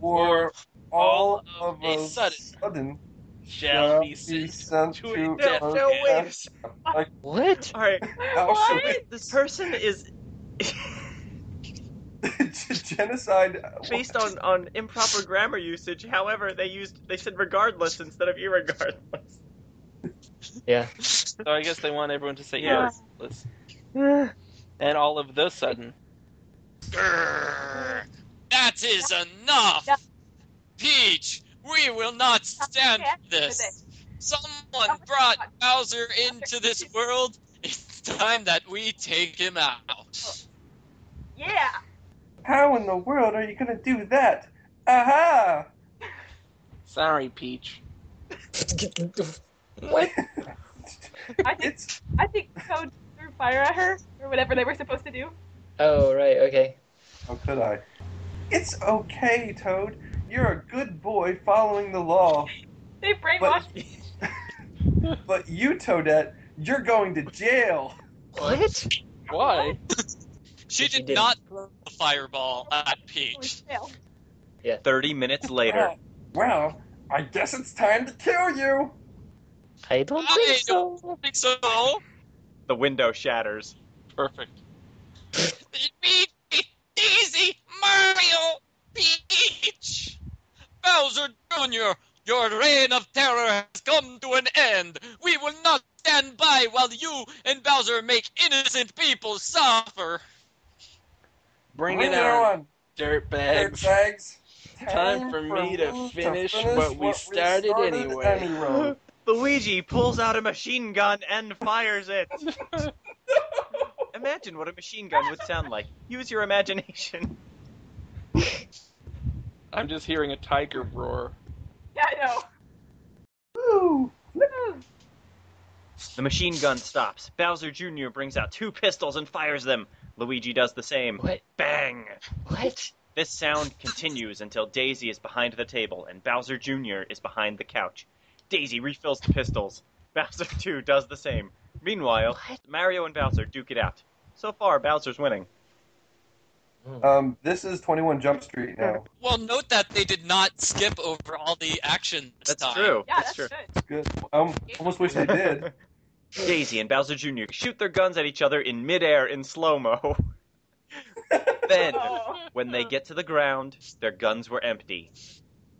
Speaker 6: or all of a
Speaker 8: sudden
Speaker 6: sudden
Speaker 8: shall be sent. to a
Speaker 1: No,
Speaker 8: death
Speaker 1: no,
Speaker 8: camp.
Speaker 1: wait. a sec.
Speaker 4: What?
Speaker 1: All right,
Speaker 6: Auschwitz.
Speaker 1: this person is
Speaker 6: [LAUGHS] genocide
Speaker 1: based on on improper grammar usage. However, they used they said regardless instead of irregardless.
Speaker 5: So I guess they want everyone to say
Speaker 3: Yeah.
Speaker 5: yes. Let's- And all of the sudden,
Speaker 2: Grrr. That is enough!
Speaker 3: Yeah.
Speaker 2: Peach, we will not stand
Speaker 3: Yeah,
Speaker 2: for this.
Speaker 3: Oh
Speaker 2: Someone brought Bowser into this world. It's time that we take him out.
Speaker 3: Yeah.
Speaker 6: How in the world are you gonna do that? Aha!
Speaker 5: sorry, Peach.
Speaker 4: What?
Speaker 3: I think
Speaker 6: It's
Speaker 3: I think Toad threw fire at her or whatever they were supposed to do.
Speaker 4: Oh, right, okay.
Speaker 6: how could I? It's okay, Toad. You're a good boy following the law.
Speaker 3: They
Speaker 6: But
Speaker 3: brainwashed.
Speaker 6: [LAUGHS] but you, Toadette, you're going to jail.
Speaker 4: What?
Speaker 5: Why?
Speaker 2: She
Speaker 4: If you
Speaker 2: did
Speaker 4: didn't-
Speaker 2: not throw a fireball at
Speaker 3: Holy
Speaker 2: Peach.
Speaker 3: hell.
Speaker 1: [LAUGHS] Thirty minutes later,
Speaker 6: Oh, Well, I guess it's time to kill you.
Speaker 4: I don't
Speaker 2: I
Speaker 4: think so.
Speaker 2: don't think so.
Speaker 1: the window shatters.
Speaker 5: Perfect.
Speaker 2: Luigi, Daisy, Mario, Peach, Bowser Jr., your reign of terror has come to an end. We will not stand by while you and Bowser make innocent people suffer.
Speaker 5: Bring it on, dirt bags.
Speaker 6: dirtbags.
Speaker 5: Time for me to finish what we started anyway. [LAUGHS]
Speaker 6: anyway.
Speaker 1: [LAUGHS] Luigi pulls out a machine gun and fires it. [LAUGHS] Imagine what a machine gun would sound like. Use your imagination.
Speaker 5: I'm just hearing a tiger roar.
Speaker 3: Yeah, I know.
Speaker 6: Ooh.
Speaker 3: Ooh,
Speaker 1: The machine gun stops. Bowser Jr. brings out two pistols and fires them. Luigi does the same.
Speaker 4: What?
Speaker 1: Bang!
Speaker 4: What?
Speaker 1: This sound continues until Daisy is behind the table and Bowser Jr. is behind the couch. Daisy refills the pistols. [LAUGHS] Bowser too does the same. Meanwhile,
Speaker 4: What?
Speaker 1: Mario and Bowser duke it out. So far, Bowser's winning.
Speaker 6: Um, this is 21 Jump Street now.
Speaker 2: Well, note that they did not skip over all the action. this
Speaker 1: That's
Speaker 2: time.
Speaker 1: true.
Speaker 3: yeah, that's,
Speaker 1: true.
Speaker 3: good.
Speaker 6: Good. I almost wish they did.
Speaker 1: [LAUGHS] Daisy and Bowser Jr. shoot their guns at each other in midair in slow mo. [LAUGHS] then,
Speaker 3: Oh.
Speaker 1: when they get to the ground, their guns were empty.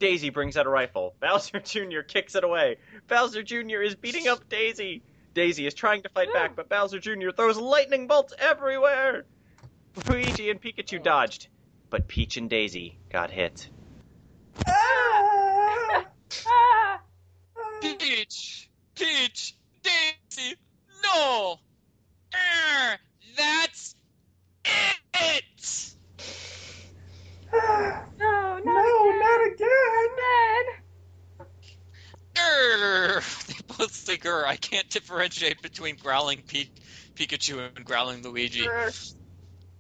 Speaker 1: Daisy brings out a rifle. [LAUGHS] Bowser Jr. kicks it away. Bowser Jr. is beating up Daisy. Daisy is trying to fight back, but Bowser Jr. throws lightning bolts everywhere. Luigi and Pikachu dodged, but Peach and Daisy got hit.
Speaker 3: Oh.
Speaker 6: [LAUGHS] Ah!
Speaker 3: Ah,
Speaker 2: Peach, Peach, Daisy, no! Err, that's it!
Speaker 6: Ah!
Speaker 3: no, not
Speaker 6: no,
Speaker 3: again.
Speaker 6: not again!
Speaker 3: Again.
Speaker 2: Grr. [LAUGHS] They both say grr. I can't differentiate between growling P- Pikachu and growling Luigi.
Speaker 3: Grr.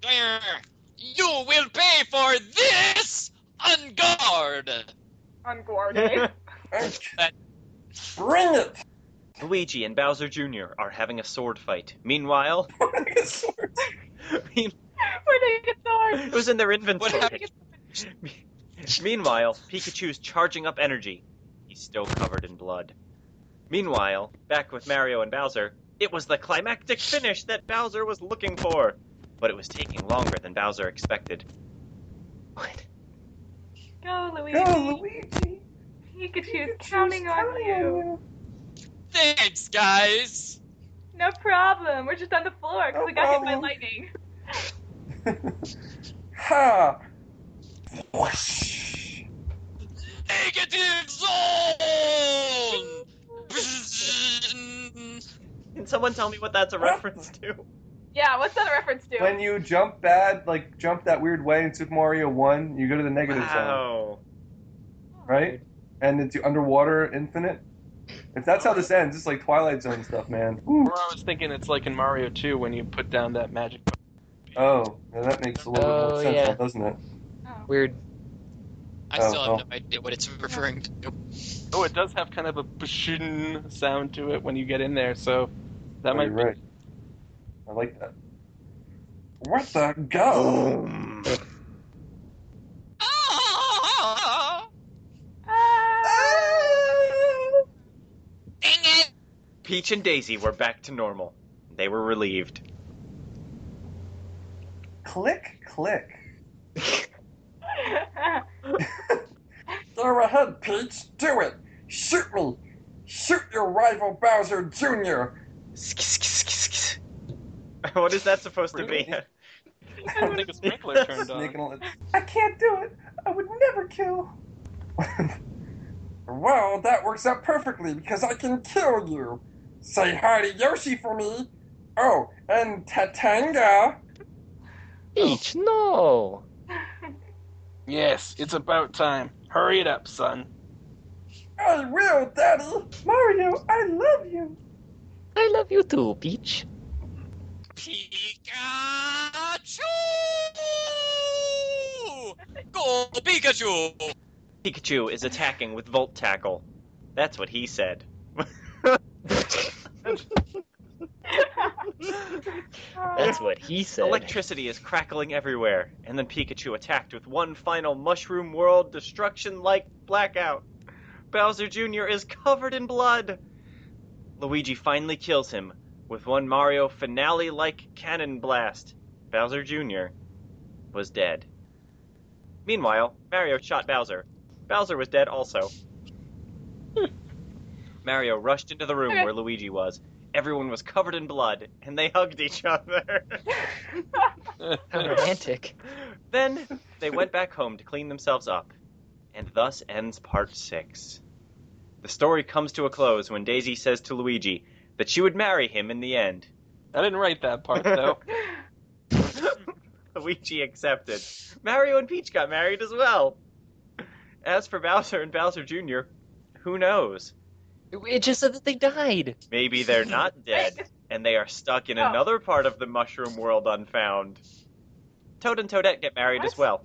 Speaker 2: Grr. You will pay for this on guard!
Speaker 3: On guard. [LAUGHS] eh?
Speaker 6: Bring it!
Speaker 1: [LAUGHS]
Speaker 6: [LAUGHS]
Speaker 1: Luigi and Bowser Jr. are having a sword fight. Meanwhile, [LAUGHS]
Speaker 3: Where did you get the
Speaker 1: it
Speaker 3: sword?
Speaker 1: was in their inventory.
Speaker 2: What happened?
Speaker 1: [LAUGHS] Meanwhile, Pikachu's charging up energy. He's still covered in blood. Meanwhile, back with Mario and Bowser, it was the climactic finish that Bowser was looking for. But it was taking longer than Bowser expected.
Speaker 4: What?
Speaker 3: Go, Luigi.
Speaker 6: Go, Luigi!
Speaker 3: Pikachu's counting on you.
Speaker 2: Thanks, guys!
Speaker 3: No problem. We're just on the floor because
Speaker 6: No
Speaker 3: we got hit by
Speaker 6: problem.
Speaker 3: lightning.
Speaker 6: [LAUGHS] Ha! Whoosh.
Speaker 2: Negative zone!
Speaker 1: Can someone tell me what that's a reference to?
Speaker 3: Yeah, what's that a reference to?
Speaker 6: When you jump bad, like jump that weird way in Super Mario 1, you go to the negative
Speaker 1: Wow.
Speaker 6: zone, right? And it's underwater infinite. If that's how this ends, it's like Twilight Zone stuff, man. Woo.
Speaker 5: Or I was thinking it's like in Mario 2 when you put down that magic.
Speaker 6: Oh, now that makes a little bit
Speaker 4: Oh,
Speaker 6: more sense,
Speaker 4: yeah.
Speaker 6: [LAUGHS] now, doesn't it?
Speaker 3: Oh.
Speaker 4: Weird.
Speaker 2: [LAUGHS] I
Speaker 6: Oh,
Speaker 2: still have
Speaker 6: oh.
Speaker 2: no idea what it's referring to. [LAUGHS]
Speaker 5: Oh, it does have kind of a pshin sound to it when you get in there, so that
Speaker 6: Oh,
Speaker 5: might
Speaker 6: you're
Speaker 5: be.
Speaker 6: right. I like that. What the
Speaker 1: [GASPS]
Speaker 6: go?
Speaker 2: Oh,
Speaker 3: Ah.
Speaker 2: dang it!
Speaker 1: [LAUGHS] Peach and Daisy were back to normal. They were relieved.
Speaker 6: click, click. They're ahead, Peach. Do it. Shoot me. Shoot your rival Bowser Jr.
Speaker 1: Sk- sk- sk- sk- [LAUGHS] what is that supposed to be?
Speaker 6: Really?
Speaker 5: I don't think a sprinkler turned
Speaker 6: Sneaking
Speaker 5: on.
Speaker 6: on- I can't do it. I would never kill. [LAUGHS] well, that works out perfectly because I can kill you. Say hi to Yoshi for me. Oh, and Tatanga.
Speaker 4: Peach,
Speaker 1: Oh.
Speaker 4: no.
Speaker 5: Yes, it's about time. Hurry it up, son.
Speaker 6: I will, Daddy. Mario, I love you.
Speaker 4: I love you too, Peach.
Speaker 2: Pikachu! Go, Pikachu!
Speaker 1: Pikachu is attacking with Volt Tackle. That's what he said. [LAUGHS]
Speaker 4: That's what he said.
Speaker 1: Electricity is crackling everywhere, and then Pikachu attacked with one final Mushroom World destruction like blackout. Bowser Jr. is covered in blood. Luigi finally kills him with one Mario finale like cannon blast. Bowser Jr. was dead. Meanwhile, Mario shot Bowser. Bowser was dead also. Mario rushed into the room
Speaker 3: Okay.
Speaker 1: where Luigi was. Everyone was covered in blood, and they hugged each other.
Speaker 4: How romantic.
Speaker 1: Then they went back home to clean themselves up. And thus ends part six. The story comes to a close when Daisy says to Luigi that she would marry him in the end. [LAUGHS]
Speaker 5: I didn't write that part [LAUGHS] though.
Speaker 1: Luigi accepted. Mario and Peach got married as well. As for Bowser and Bowser Jr., who knows?
Speaker 4: It just said that they died.
Speaker 1: Maybe they're
Speaker 3: [LAUGHS]
Speaker 1: not dead and they are stuck in
Speaker 3: Oh.
Speaker 1: another part of the mushroom world unfound. Toad and Toadette get married as
Speaker 3: What?
Speaker 1: well.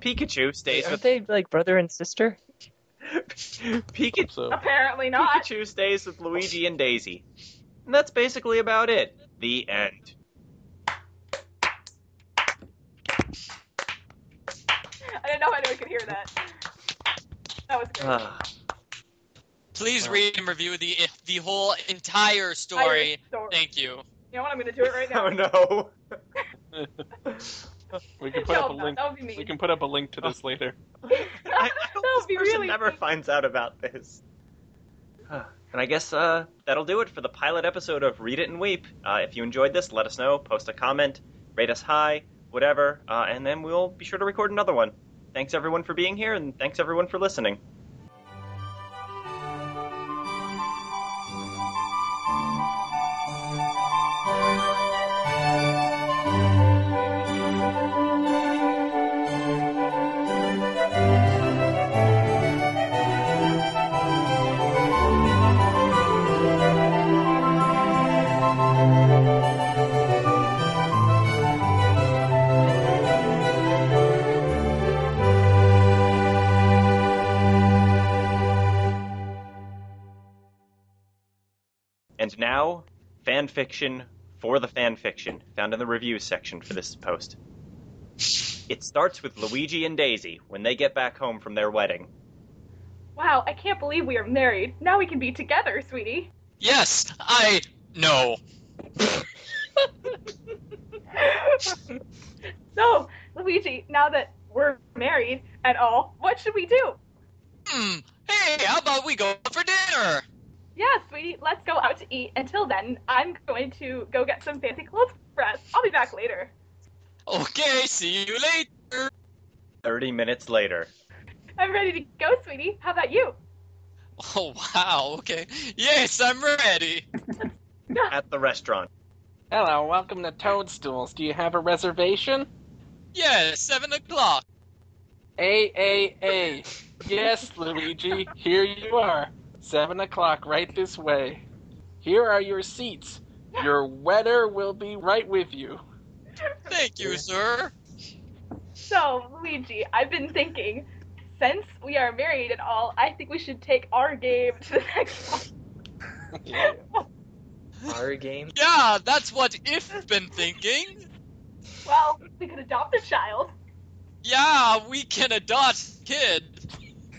Speaker 1: Pikachu stays
Speaker 4: Aren't
Speaker 1: with
Speaker 4: they like brother and sister? [LAUGHS]
Speaker 1: [LAUGHS] Pikachu
Speaker 5: so
Speaker 3: Apparently not.
Speaker 1: Pikachu stays with Luigi and Daisy. And that's basically about it. The end.
Speaker 3: I didn't know anyone could hear that. That was
Speaker 1: Uh,
Speaker 3: great.
Speaker 2: Please read and review the the whole entire
Speaker 3: Irish
Speaker 2: story.
Speaker 3: story.
Speaker 2: Thank you.
Speaker 3: You know what? I'm gonna do it right now.
Speaker 1: [SIGHS] oh
Speaker 3: [LAUGHS]
Speaker 1: no.
Speaker 5: we can put
Speaker 3: No,
Speaker 5: up a
Speaker 3: I'm not.
Speaker 5: link.
Speaker 3: that would be
Speaker 5: We
Speaker 3: mean. [LAUGHS]
Speaker 5: can put up a link to this later.
Speaker 1: I, I hope
Speaker 3: That would
Speaker 1: this
Speaker 3: be
Speaker 1: person
Speaker 3: really
Speaker 1: never
Speaker 3: mean.
Speaker 1: finds out about this. [SIGHS] Uh, And I guess uh, that'll do it for the pilot episode of Read It and Weep. Uh, if you enjoyed this, let us know. Post a comment, rate us high, whatever, uh, and then we'll be sure to record another one. Thanks everyone for being here, and thanks everyone for listening. And now, fan fiction for the fan fiction, found in the reviews section for this post. It starts with Luigi and Daisy when they get back home from their wedding.
Speaker 3: Wow, I can't believe we are married. Now we can be together, sweetie. [LAUGHS]
Speaker 2: Yes, I know.
Speaker 3: so, Luigi, now that we're married at all, what should we do?
Speaker 2: Hmm. Hey, how about we go out for dinner?
Speaker 3: Yeah, sweetie, let's go out to eat. Until then, I'm going to go get some fancy clothes for us. I'll be back later.
Speaker 2: Okay, see you later.
Speaker 1: 30 minutes later.
Speaker 3: I'm ready to go, sweetie. How about you?
Speaker 2: [LAUGHS] Oh wow. Okay. Yes, I'm ready.
Speaker 1: At the restaurant.
Speaker 5: Hello, welcome to Toadstools. Do you have a reservation?
Speaker 2: Yes, seven o'clock.
Speaker 5: A A A. Yes, Luigi. Here you are. Seven o'clock, right this way. Here are your seats. Your wetter will be right with you.
Speaker 2: Thank you, sir.
Speaker 3: So, Luigi, I've been thinking, since we are married and all, I think we should take our game to the next level.
Speaker 4: Our game?
Speaker 2: Yeah, that's what If's been thinking.
Speaker 3: well, we could adopt a child.
Speaker 2: Yeah, we can adopt kid.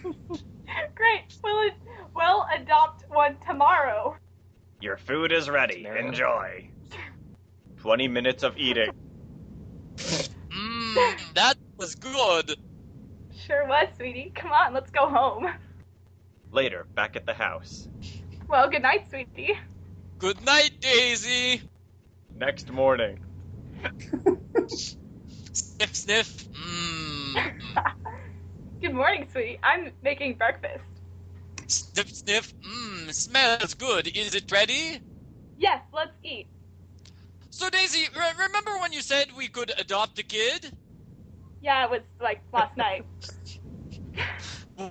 Speaker 3: Great. We'll, we'll adopt one tomorrow.
Speaker 1: Your food is ready.
Speaker 4: Tomorrow.
Speaker 1: Enjoy. 20 minutes of eating.
Speaker 2: Mmm, that was good.
Speaker 3: Sure was, sweetie. Come on, let's go home.
Speaker 1: Later, back at the house.
Speaker 3: Well, good night, sweetie.
Speaker 2: Good night, Daisy.
Speaker 1: Next morning.
Speaker 2: Sniff, sniff. Mmm.
Speaker 3: Good morning, sweetie. I'm making breakfast.
Speaker 2: Sniff, sniff. Mmm, smells good. Is it ready?
Speaker 3: Yes, let's eat.
Speaker 2: So, Daisy, re- remember when you said we could adopt a kid?
Speaker 3: Yeah, it was like last night.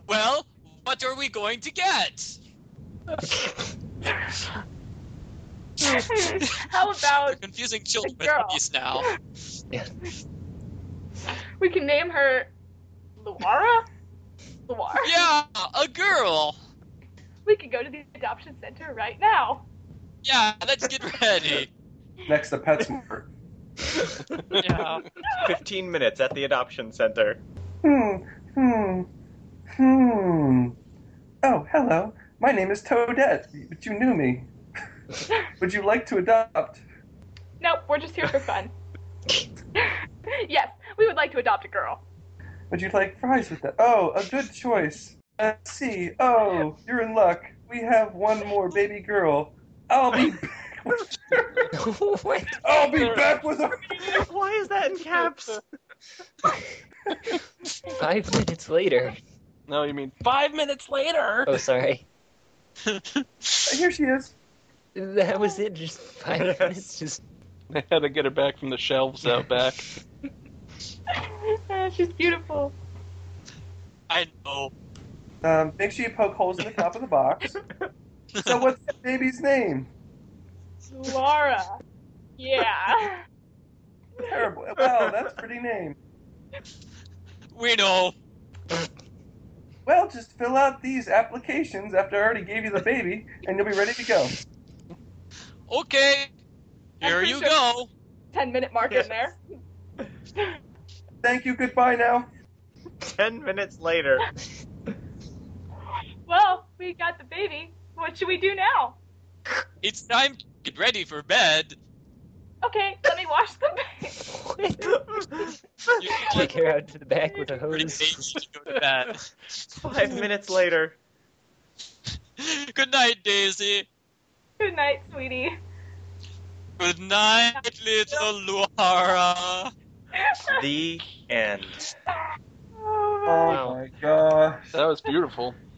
Speaker 2: Well, what are we going to get?
Speaker 3: How
Speaker 2: We're
Speaker 3: about
Speaker 2: confusing children with
Speaker 3: girl.
Speaker 2: these now.
Speaker 3: we can name her Luara? Luara?
Speaker 2: Yeah, a girl.
Speaker 3: We could go to the adoption center right now.
Speaker 2: Yeah, let's get ready.
Speaker 6: Next to PetSmart.
Speaker 2: Yeah.
Speaker 1: 15 minutes at the adoption center.
Speaker 6: Hmm. Hmm. Hmm. Oh, hello. My name is Toadette, but you knew me. Would you like to adopt?
Speaker 3: Nope, we're just here for fun. yes, we would like to adopt a girl.
Speaker 6: Would you like fries with that? Oh, a good choice. Let's see. Oh, you're in luck. We have one more baby girl. I'll be back with her.
Speaker 4: what?
Speaker 6: I'll be back with her.
Speaker 1: Why is that in caps?
Speaker 4: Five minutes later.
Speaker 5: No, you mean five minutes [LAUGHS] later?
Speaker 4: Oh, sorry.
Speaker 6: Here she is.
Speaker 4: That was it. Just five
Speaker 1: Yes.
Speaker 4: minutes. Just [LAUGHS]
Speaker 5: They had to get it back from the shelves out back.
Speaker 3: Ah, She's beautiful.
Speaker 2: I know.
Speaker 6: Um, make sure you poke holes in the top of the box. So, what's the baby's name?
Speaker 3: Luara. Yeah.
Speaker 6: Terrible. Wow, that's a pretty name.
Speaker 2: We know.
Speaker 6: Well, just fill out these applications after I already gave you the baby, and you'll be ready to go.
Speaker 2: Okay. Here
Speaker 3: I'm
Speaker 2: you
Speaker 3: sure-
Speaker 2: go.
Speaker 3: 10 minute mark
Speaker 1: Yes.
Speaker 3: in there.
Speaker 6: Thank you. Goodbye now.
Speaker 1: 10 minutes later.
Speaker 3: Well, we got the baby. What should we do now?
Speaker 2: It's time to get ready for bed.
Speaker 3: Okay, let me wash the [LAUGHS] baby.
Speaker 2: You can
Speaker 4: [LAUGHS] kick her out to the back with a
Speaker 2: pretty
Speaker 4: hose.
Speaker 2: baby to go to bed. [LAUGHS]
Speaker 1: Five minutes later.
Speaker 2: Good night, Daisy.
Speaker 3: Good night, sweetie. [LAUGHS]
Speaker 2: Good night, little Luara.
Speaker 1: The end.
Speaker 3: Oh,
Speaker 6: Oh
Speaker 4: Wow.
Speaker 6: my gosh.
Speaker 5: That was beautiful.